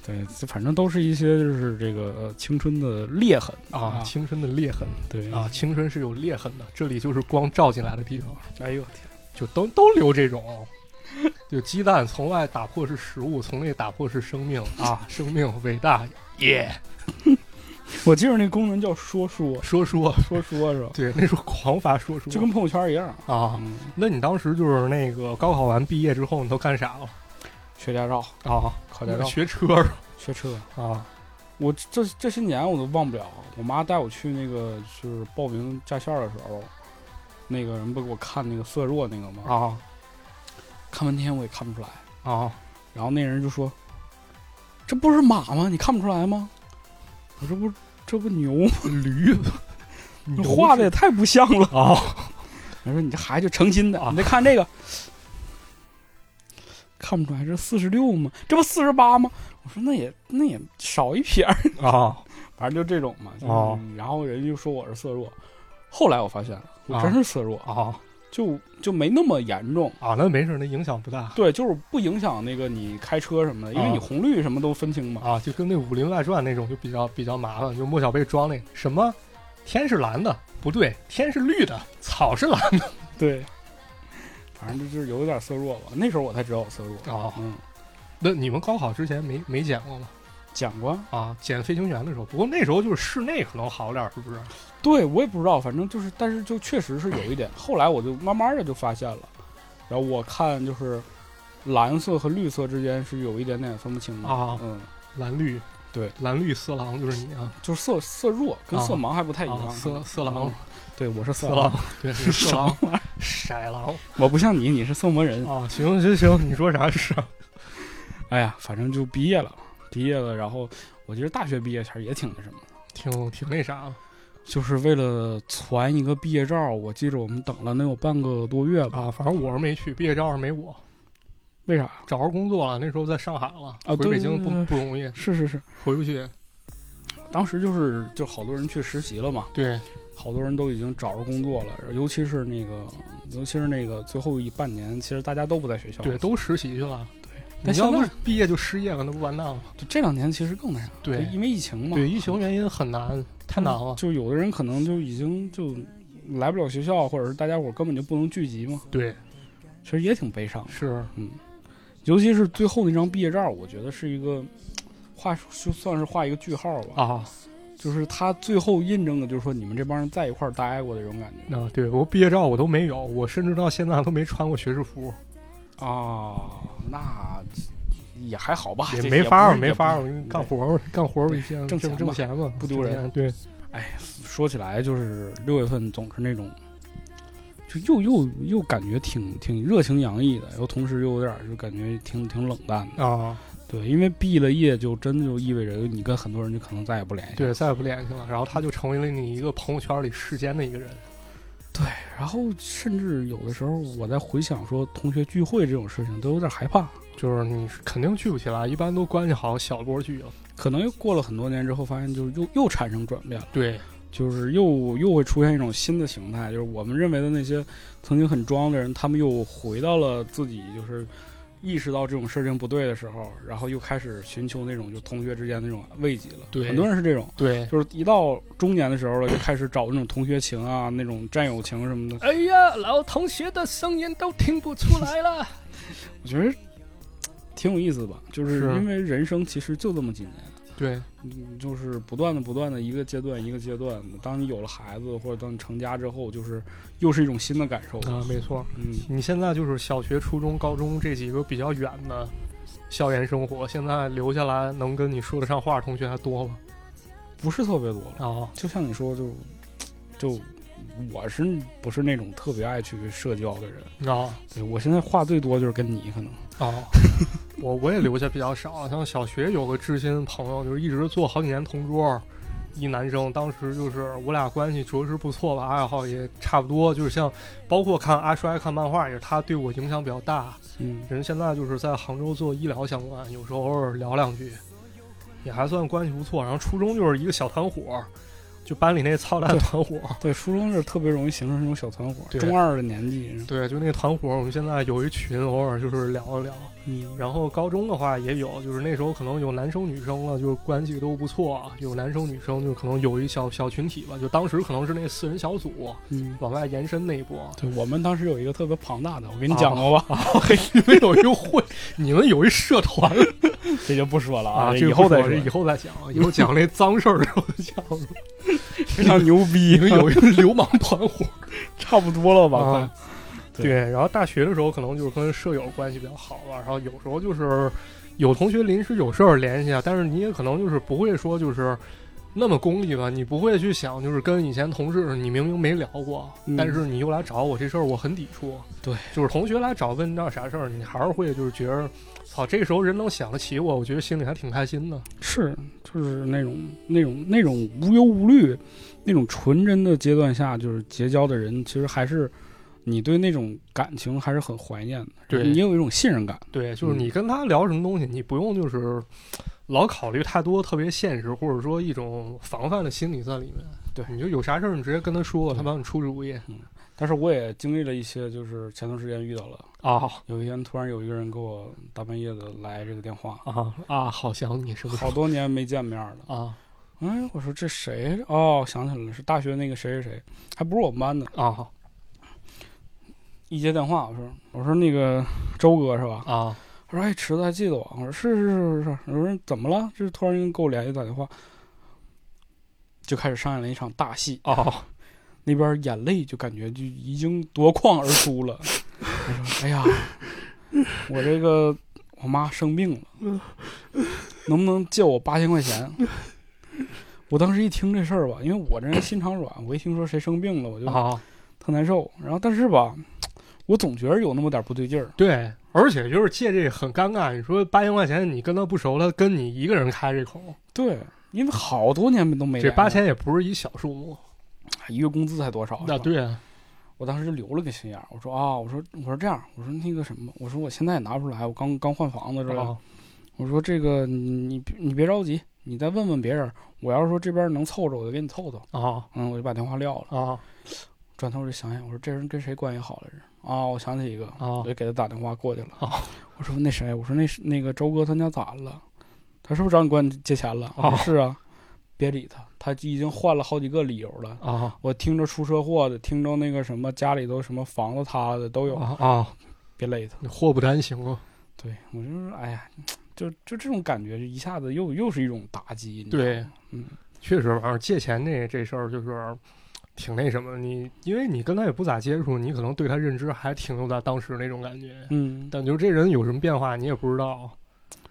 Speaker 2: 对，这反正都是一些就是这个呃青春的裂痕
Speaker 3: 啊，青春的裂痕。
Speaker 2: 对
Speaker 3: 啊，，青春是有裂痕的，这里就是光照进来的地方，
Speaker 2: 哎呦天，
Speaker 3: 就都都留这种。就鸡蛋从外打破是食物，从内打破是生命啊！生命伟大耶
Speaker 2: 我记得那功能叫说说
Speaker 3: 说说，
Speaker 2: 说说是吧？
Speaker 3: 对，那时候狂发说说，
Speaker 2: 就跟朋友圈一样。
Speaker 3: 啊。
Speaker 2: 嗯，
Speaker 3: 那你当时就是那个高考完毕业之后，你都干啥了
Speaker 2: 学驾照，
Speaker 3: 啊？
Speaker 2: 考驾照，
Speaker 3: 学车儿
Speaker 2: 学车。
Speaker 3: 啊
Speaker 2: 我这这些年我都忘不了，啊我妈带我去那个就是报名驾校的时候，那个人不给我看那个色弱那个吗？
Speaker 3: 啊
Speaker 2: 看半天我也看不出来。
Speaker 3: 啊！
Speaker 2: 然后那人就说：“这不是马吗？你看不出来吗？”我这不这不牛吗？
Speaker 3: 驴子，
Speaker 2: 你 画 的也太不像了。
Speaker 3: 啊
Speaker 2: 人说：“你这孩子就成心的，
Speaker 3: 啊
Speaker 2: 你再看这个，看不出来这四十六吗？这不四十八吗？”我说：“那也那也少一撇儿
Speaker 3: 啊
Speaker 2: 反正就这种嘛。就是
Speaker 3: 哦
Speaker 2: 然后人就说我是色弱，后来我发现了，我真是色弱，
Speaker 3: 啊
Speaker 2: 就就没那么严重。
Speaker 3: 啊！那没事，那影响不大
Speaker 2: 对，就是不影响那个你开车什么的，因为
Speaker 3: 啊
Speaker 2: 你红绿什么都分清嘛。
Speaker 3: 啊，就跟那《武林外传》那种就比较比较麻烦，就莫小贝装那什么，天是蓝的，不对，天是绿的，草是蓝
Speaker 2: 对，反正就是有点色弱吧。那时候我才知道我色弱。
Speaker 3: 的啊。
Speaker 2: 嗯，
Speaker 3: 那你们高考之前没没捡过吗？
Speaker 2: 讲过，
Speaker 3: 啊，捡飞行员的时候，不过那时候就是室内可能好点儿，是不是？
Speaker 2: 对我也不知道，反正就是，但是就确实是有一点。后来我就慢慢的就发现了，然后我看就是蓝色和绿色之间是有一点点分不清的
Speaker 3: 啊
Speaker 2: 嗯，
Speaker 3: 蓝绿，
Speaker 2: 对，
Speaker 3: 蓝绿色狼就是你啊，
Speaker 2: 就是色色弱跟色盲还不太一样。
Speaker 3: 啊色色狼
Speaker 2: 嗯，对，我是色
Speaker 3: 色狼，对，是 色狼，色狼哦
Speaker 2: 我不像你，你是色魔人。
Speaker 3: 啊，行行行，你说啥是啥
Speaker 2: 哎呀，反正就毕业了，毕业了，然后我记得大学毕业前儿也挺那什么的，
Speaker 3: 挺挺那啥的。
Speaker 2: 就是为了传一个毕业照，我记着我们等了能有半个多月吧，
Speaker 3: 啊，反正我是没去，毕业照是没我，
Speaker 2: 为啥？
Speaker 3: 找着工作了，那时候在上海了，
Speaker 2: 啊
Speaker 3: 回
Speaker 2: 对
Speaker 3: 北京不
Speaker 2: 对对
Speaker 3: 不容易，
Speaker 2: 是是是，
Speaker 3: 回不去。
Speaker 2: 当时就是就好多人去实习了嘛，
Speaker 3: 对，
Speaker 2: 好多人都已经找着工作了，尤其是那个，尤其是那个最后一半年，其实大家都不在学校。
Speaker 3: 对，都实习去了。
Speaker 2: 但
Speaker 3: 你
Speaker 2: 现
Speaker 3: 要不
Speaker 2: 在
Speaker 3: 毕业就失业了，那不完蛋了。
Speaker 2: 就这两年其实更那啥，
Speaker 3: 对
Speaker 2: 就因为疫嗯情嘛，
Speaker 3: 对，疫情原因很难，太难了。
Speaker 2: 就有的人可能就已经就来不了学校，或者是大家伙儿根本就不能聚集嘛，
Speaker 3: 对，
Speaker 2: 其实也挺悲伤的。
Speaker 3: 是，
Speaker 2: 尤其是最后那张毕业照，我觉得是一个画，就算是画一个句号吧。
Speaker 3: 啊，
Speaker 2: 就是他最后印证的，就是说你们这帮人在一块儿待过的这种感觉
Speaker 3: 那对我毕业照我都没有，我甚至到现在都没穿过学士服，
Speaker 2: 啊，那也还好吧，
Speaker 3: 也
Speaker 2: 这
Speaker 3: 没法
Speaker 2: 不
Speaker 3: 儿，
Speaker 2: 是
Speaker 3: 没法
Speaker 2: 也
Speaker 3: 儿，我
Speaker 2: 不
Speaker 3: 给你
Speaker 2: 对
Speaker 3: 干活儿，干活儿一天
Speaker 2: 挣钱
Speaker 3: 挣
Speaker 2: 嘛
Speaker 3: 挣钱嘛，
Speaker 2: 不丢人
Speaker 3: 挣钱。对，啊
Speaker 2: 说起来，就是六月份总是那种，就又又又感觉挺挺热情洋溢的，然后同时又有点儿就感觉挺挺冷淡的。
Speaker 3: 啊，
Speaker 2: 对，因为毕了业，就真就意味着你跟很多人就可能再也不联系。
Speaker 3: 对，再也不联系了。然后他就成为了你一个朋友圈里世间的一个人。
Speaker 2: 对，然后甚至有的时候我在回想说同学聚会这种事情，都有点害怕。
Speaker 3: 就是你是肯定聚不起来，一般都关系好小波聚了。
Speaker 2: 可能又过了很多年之后，发现就是又又产生转变了，
Speaker 3: 对，
Speaker 2: 就是又又会出现一种新的形态，就是我们认为的那些曾经很装的人，他们又回到了自己就是意识到这种事情不对的时候，然后又开始寻求那种就同学之间那种慰藉了。
Speaker 3: 对
Speaker 2: 很多人是这种，
Speaker 3: 对，
Speaker 2: 就是一到中年的时候了，就开始找那种同学情啊、那种战友情什么的。
Speaker 3: 哎呀，老同学的声音都听不出来了。
Speaker 2: 我觉得挺有意思吧，就是
Speaker 3: 是
Speaker 2: 因为人生其实就这么几年。
Speaker 3: 对，
Speaker 2: 嗯，就是不断的、不断的一个阶段一个阶段，当你有了孩子或者当你成家之后，就是又是一种新的感受。
Speaker 3: 啊，没错。
Speaker 2: 嗯，
Speaker 3: 你现在就是小学、初中、高中这几个比较远的校园生活，现在留下来能跟你说得上话的同学还多吗？
Speaker 2: 不是特别多了。
Speaker 3: 啊，
Speaker 2: 就像你说，就就我是不是那种特别爱去社交的人？
Speaker 3: 啊
Speaker 2: 对我现在话最多就是跟你可能。
Speaker 3: 啊！我我也留下比较少，啊像小学有个知心朋友，就是一直做好几年同桌，一男生，当时就是我俩关系着实不错吧，爱好也差不多，就是像包括看阿衰看漫画也是他对我影响比较大。
Speaker 2: 嗯，
Speaker 3: 人现在就是在杭州做医疗相关，有时候偶尔聊两句，也还算关系不错。然后初中就是一个小团伙，就班里那操蛋团伙。
Speaker 2: 对，初中是特别容易形成这种小团伙，
Speaker 3: 啊对
Speaker 2: 中二的年纪。
Speaker 3: 对，就那个团伙，我们现在有一群，偶尔就是聊一聊。
Speaker 2: 嗯，
Speaker 3: 然后高中的话也有，就是那时候可能有男生女生了，就是关系都不错，有男生女生就可能有一小小群体吧。就当时可能是那四人小组
Speaker 2: 嗯，
Speaker 3: 往外延伸那一 波。
Speaker 2: 对我们当时有一个特别庞大的，我跟你讲过吧，
Speaker 3: 嘿，你们哎有一个会，你们有一社团
Speaker 2: 这就不说了
Speaker 3: 啊？
Speaker 2: 这以后再
Speaker 3: 这以
Speaker 2: 说。
Speaker 3: 后再讲，以后讲那脏事儿的时候再讲。
Speaker 2: 非常牛逼
Speaker 3: 你，们有一个流氓团伙 啊
Speaker 2: 差不多了吧？快。对
Speaker 3: 对，然后大学的时候可能就是跟舍友关系比较好吧，然后有时候就是有同学临时有事儿联系啊，但是你也可能就是不会说就是那么功利吧，你不会去想就是跟以前同事你明明没聊过，
Speaker 2: 嗯
Speaker 3: 但是你又来找我这事儿，我很抵触。
Speaker 2: 对，
Speaker 3: 就是同学来找问你点啥事儿，你还是会就是觉得，操，这时候人能想得起我，我觉得心里还挺开心的。
Speaker 2: 是，就是那种那种那种无忧无虑、那种纯真的阶段下，就是结交的人，其实还是你对那种感情还是很怀念的，
Speaker 3: 对
Speaker 2: 你有一种信任感。
Speaker 3: 对，就是
Speaker 2: 嗯
Speaker 3: 你跟他聊什么东西，你不用就是老考虑太多特别现实，或者说一种防范的心理在里面。
Speaker 2: 对
Speaker 3: 你就有啥事儿你直接跟他说，他帮你出主意
Speaker 2: 但是我也经历了一些，就是前段时间遇到了，
Speaker 3: 啊
Speaker 2: 有一天突然有一个人给我大半夜的来这个电话，
Speaker 3: 啊啊！好想你是不是
Speaker 2: 好多年没见面了。
Speaker 3: 啊
Speaker 2: 哎，我说这谁？哦，想起来了，是大学那个谁谁谁，还不是我们班的。
Speaker 3: 啊
Speaker 2: 一接电话，我说我说那个周哥是吧？
Speaker 3: 啊
Speaker 2: 我说：“哎，池子还记得我？”我说：“是是是是是。”我说：“怎么了？这突然给我联系打电话，就开始上演了一场大戏。
Speaker 3: 啊！
Speaker 2: 那边眼泪就感觉就已经夺眶而出了。 我说：‘哎呀，我这个我妈生病了，能不能借我八千块钱？’我当时一听这事儿吧，因为我这人心肠软，我一听说谁生病了，我就
Speaker 3: 啊
Speaker 2: 特难受。然后但是吧，我总觉得有那么点不对劲儿。
Speaker 3: 对，而且就是借这很尴尬。你说八千块钱，你跟他不熟，他跟你一个人开这口，
Speaker 2: 对，因为好多年都没
Speaker 3: 这
Speaker 2: 来
Speaker 3: 八
Speaker 2: 了，
Speaker 3: 千也不是一小数目。
Speaker 2: 一月工资才多少？
Speaker 3: 那
Speaker 2: 是吧
Speaker 3: 对啊，
Speaker 2: 我当时就留了个心眼儿，我说啊，我说我说这样，我说那个什么，我说我现在也拿不出来，我刚刚换房子是吧？
Speaker 3: 啊
Speaker 2: 我说这个你你别着急，你再问问别人，我要是说这边能凑着，我就给你凑凑。
Speaker 3: 啊
Speaker 2: 嗯，我就把电话撂了，
Speaker 3: 啊
Speaker 2: 转头我就想想，我说这人跟谁关系好来着？啊，我想起一个，
Speaker 3: 啊
Speaker 2: 我就给他打电话过去了。
Speaker 3: 哦
Speaker 2: 我说那谁，我说那是那个周哥他家咋了？他是不是找你管借钱了？我说
Speaker 3: 哦
Speaker 2: 是啊，别理他，他已经换了好几个理由了。
Speaker 3: 啊
Speaker 2: 我听着出车祸的，听着那个什么家里头什么房子塌了的都有，
Speaker 3: 啊啊！
Speaker 2: 别勒他。
Speaker 3: 你祸不单行啊。
Speaker 2: 对我就是哎呀，就就这种感觉，就一下子又又是一种打击。你知道
Speaker 3: 对
Speaker 2: 吗，嗯，
Speaker 3: 确实，反正借钱这这事儿就是挺那什么。你因为你跟他也不咋接触，你可能对他认知还停留在当时那种感觉。
Speaker 2: 嗯，
Speaker 3: 但就是这人有什么变化，你也不知道。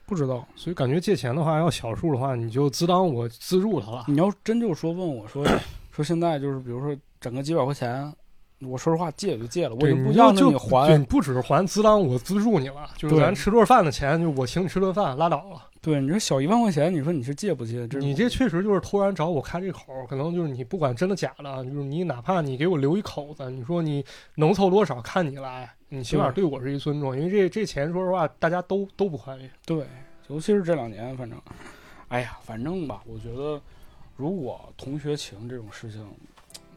Speaker 2: 不知道。
Speaker 3: 所以感觉借钱的话，要小数的话，你就自当我资助他了。
Speaker 2: 你要真就说问我说 说现在就是比如说整个几百块钱，我说实话借也就借了，我
Speaker 3: 对
Speaker 2: 也不
Speaker 3: 你
Speaker 2: 要
Speaker 3: 要
Speaker 2: 求
Speaker 3: 就
Speaker 2: 你还
Speaker 3: 对，。你不只是还，自当我资助你了，就是
Speaker 2: 对
Speaker 3: 咱吃顿饭的钱，就我请你吃顿饭，拉倒了。
Speaker 2: 对，你说小一万块钱，你说你是借不借？这
Speaker 3: 你这确实就是突然找我开这口，可能就是你不管真的假的，就是你哪怕你给我留一口子，你说你能凑多少看你来，你起码对我是一尊重，因为这这钱说实话大家都都不宽裕。
Speaker 2: 对，尤其是这两年，反正，哎呀，反正吧，我觉得如果同学情这种事情，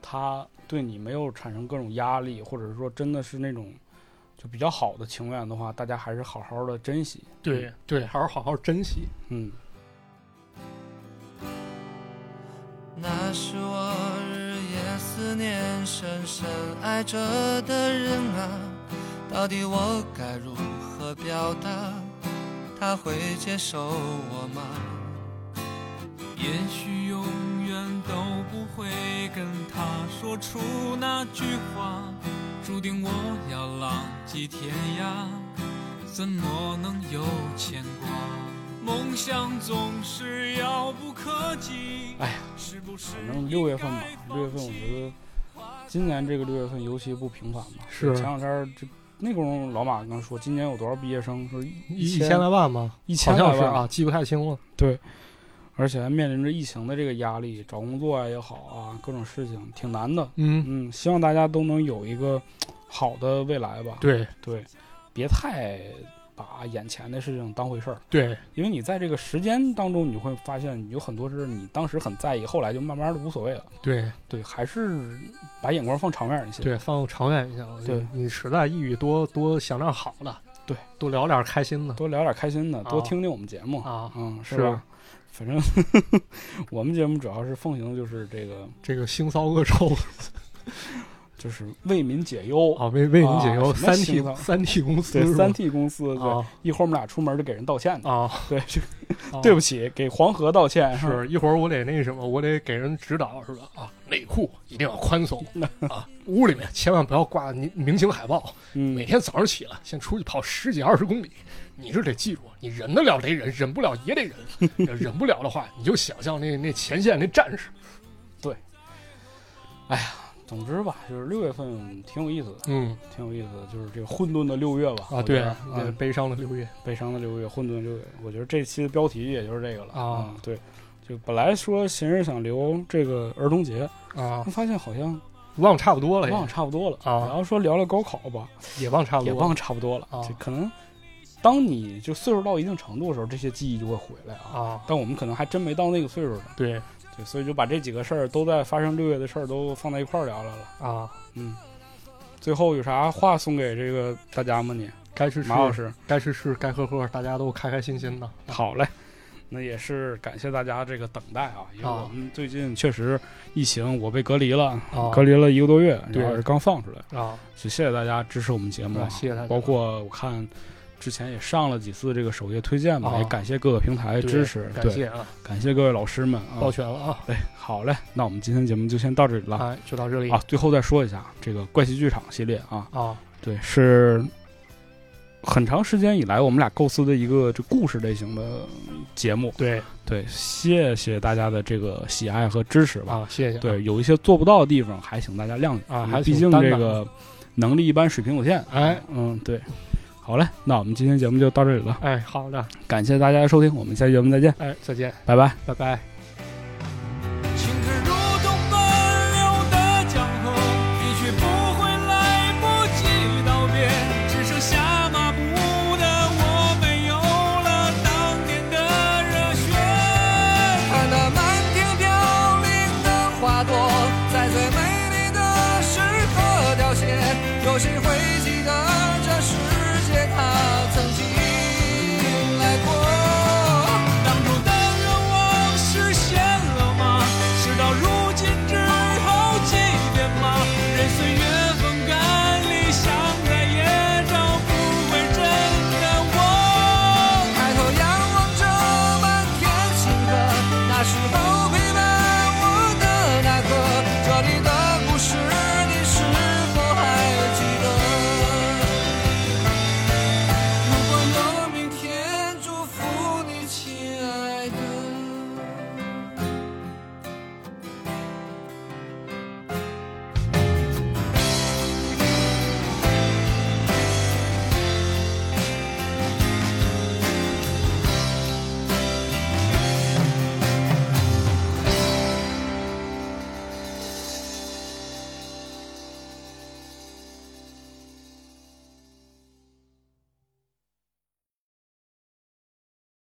Speaker 2: 他对你没有产生各种压力，或者是说真的是那种就比较好的情缘的话，大家还是好好的珍惜。
Speaker 3: 对嗯对，还是好好珍惜。
Speaker 2: 嗯，
Speaker 1: 那是我日夜思念、深深爱着的人啊，到底我该如何表达？他会接受我吗？
Speaker 5: 也许永远都不会跟他说出那句话，注定我要浪迹天涯，怎么能有牵挂？梦想总是遥不可及。
Speaker 2: 哎呀，
Speaker 5: 是不是
Speaker 2: 反正六月份吧，六月份我觉得今年这个六月份尤其不平凡吧。
Speaker 3: 是
Speaker 2: 前两天儿这那功夫老马刚说，今年有多少毕业生？说
Speaker 3: 一
Speaker 2: 一
Speaker 3: 一千来万吗？
Speaker 2: 一千
Speaker 3: 好
Speaker 2: 来
Speaker 3: 像是
Speaker 2: 万
Speaker 3: 啊，记不太清了。
Speaker 2: 而且还面临着疫情的这个压力，找工作呀也好啊，各种事情挺难的。
Speaker 3: 嗯，
Speaker 2: 嗯，希望大家都能有一个好的未来吧。
Speaker 3: 对
Speaker 2: 对别太把眼前的事情当回事儿，
Speaker 3: 对
Speaker 2: 因为你在这个时间当中，你会发现有很多事儿你当时很在意，后来就慢慢的无所谓了。
Speaker 3: 对
Speaker 2: 对，还是把眼光放长远一些。，
Speaker 3: 对，放长远一下。
Speaker 2: 对，
Speaker 3: 你实在抑郁，多多想点好的，
Speaker 2: 对，
Speaker 3: 多聊点开心的
Speaker 2: 多聊点开心的，多
Speaker 3: 啊
Speaker 2: 听听我们节目。
Speaker 3: 啊。
Speaker 2: 嗯，是
Speaker 3: 是
Speaker 2: 吧？反正 我们节目主要是奉行的就是这个，
Speaker 3: 这个腥骚恶臭
Speaker 2: 就是为民解忧。
Speaker 3: 啊，为为您解忧。
Speaker 2: 哦啊什么
Speaker 3: 三
Speaker 2: 腥骚
Speaker 3: T 三 T 公司
Speaker 2: 对
Speaker 3: 是吧
Speaker 2: 三 T 公司，对，
Speaker 3: 啊
Speaker 2: 一会儿我们俩出门就给人道歉的，
Speaker 3: 啊，
Speaker 2: 对，这个
Speaker 3: 啊
Speaker 2: 对不起，给黄河道歉，
Speaker 3: 是一会儿我得那什么，我得给人指导是吧？啊，内裤一定要 宽松啊，屋里面千万不要挂明明星海报，
Speaker 2: 嗯，
Speaker 3: 每天早上起来先出去跑十几二十公里，你是得记住，你忍得了得忍，忍不了也得 忍，忍不了的话你就想象那那前线那战士，
Speaker 2: 总之吧，就是六月份挺有意思的，
Speaker 3: 嗯
Speaker 2: 挺有意思的，就是这个混沌的六月吧。
Speaker 3: 啊，
Speaker 2: 我觉
Speaker 3: 对，
Speaker 2: 得
Speaker 3: 那
Speaker 2: 啊，
Speaker 3: 悲伤的六月
Speaker 2: 悲伤的六月，混沌的六月。我觉得这期的标题也就是这个了
Speaker 3: 啊
Speaker 2: 嗯对，就本来说寻思想留这个儿童节，
Speaker 3: 啊，
Speaker 2: 发现好像
Speaker 3: 忘差不多了
Speaker 2: 忘了
Speaker 3: 也，
Speaker 2: 差不多了。
Speaker 3: 啊
Speaker 2: 然后说聊聊高考吧，
Speaker 3: 也忘差不
Speaker 2: 也
Speaker 3: 多
Speaker 2: 忘了
Speaker 3: 了
Speaker 2: 差不多了。
Speaker 3: 啊
Speaker 2: 就可能当你就岁数到一定程度的时候，这些记忆就会回来啊。
Speaker 3: 啊，
Speaker 2: 但我们可能还真没到那个岁数呢，
Speaker 3: 对
Speaker 2: 对，所以就把这几个事儿都在发生六月的事儿都放在一块儿聊聊了。
Speaker 3: 啊，
Speaker 2: 嗯，最后有啥话送给这个大家吗你？
Speaker 3: 该吃吃
Speaker 2: 马老师，
Speaker 3: 该吃吃，该喝喝，大家都开开心心的。啊
Speaker 2: 好嘞，那也是感谢大家这个等待啊，因为
Speaker 3: 啊
Speaker 2: 我们最近确实疫情，我被隔离了，
Speaker 3: 啊
Speaker 2: 隔离了一个多月，
Speaker 3: 对
Speaker 2: 然后是刚放出来，
Speaker 3: 啊，
Speaker 2: 所以谢谢大家支持我们节目啊，
Speaker 3: 啊谢谢大家
Speaker 2: 包括我看。之前也上了几次这个首页推荐嘛，
Speaker 3: 啊
Speaker 2: 也感谢各个平台
Speaker 3: 对
Speaker 2: 支持，
Speaker 3: 感
Speaker 2: 对，
Speaker 3: 谢啊，
Speaker 2: 感谢各位老师们啊。
Speaker 3: 抱拳了啊！
Speaker 2: 对，好嘞，那我们今天节目就先到这里了
Speaker 3: 哎，就到这里
Speaker 2: 啊。最后再说一下这个怪奇剧场系列啊，
Speaker 3: 啊
Speaker 2: 对，是很长时间以来我们俩构思的一个这故事类型的节目。
Speaker 3: 对
Speaker 2: 对，谢谢大家的这个喜爱和支持吧。
Speaker 3: 啊，谢谢啊
Speaker 2: 对，有一些做不到的地方，还请大家谅解因
Speaker 3: 啊
Speaker 2: 为
Speaker 3: 还
Speaker 2: 毕
Speaker 3: 请
Speaker 2: 竟
Speaker 3: 担
Speaker 2: 这
Speaker 3: 当
Speaker 2: 个能力一般，水平有限。
Speaker 3: 哎
Speaker 2: 嗯，对。好嘞，那我们今天节目就到这里了，
Speaker 3: 哎，好的，
Speaker 2: 感谢大家的收听，我们下期节目再见，
Speaker 3: 哎，再见，
Speaker 2: 拜拜。
Speaker 3: 拜拜。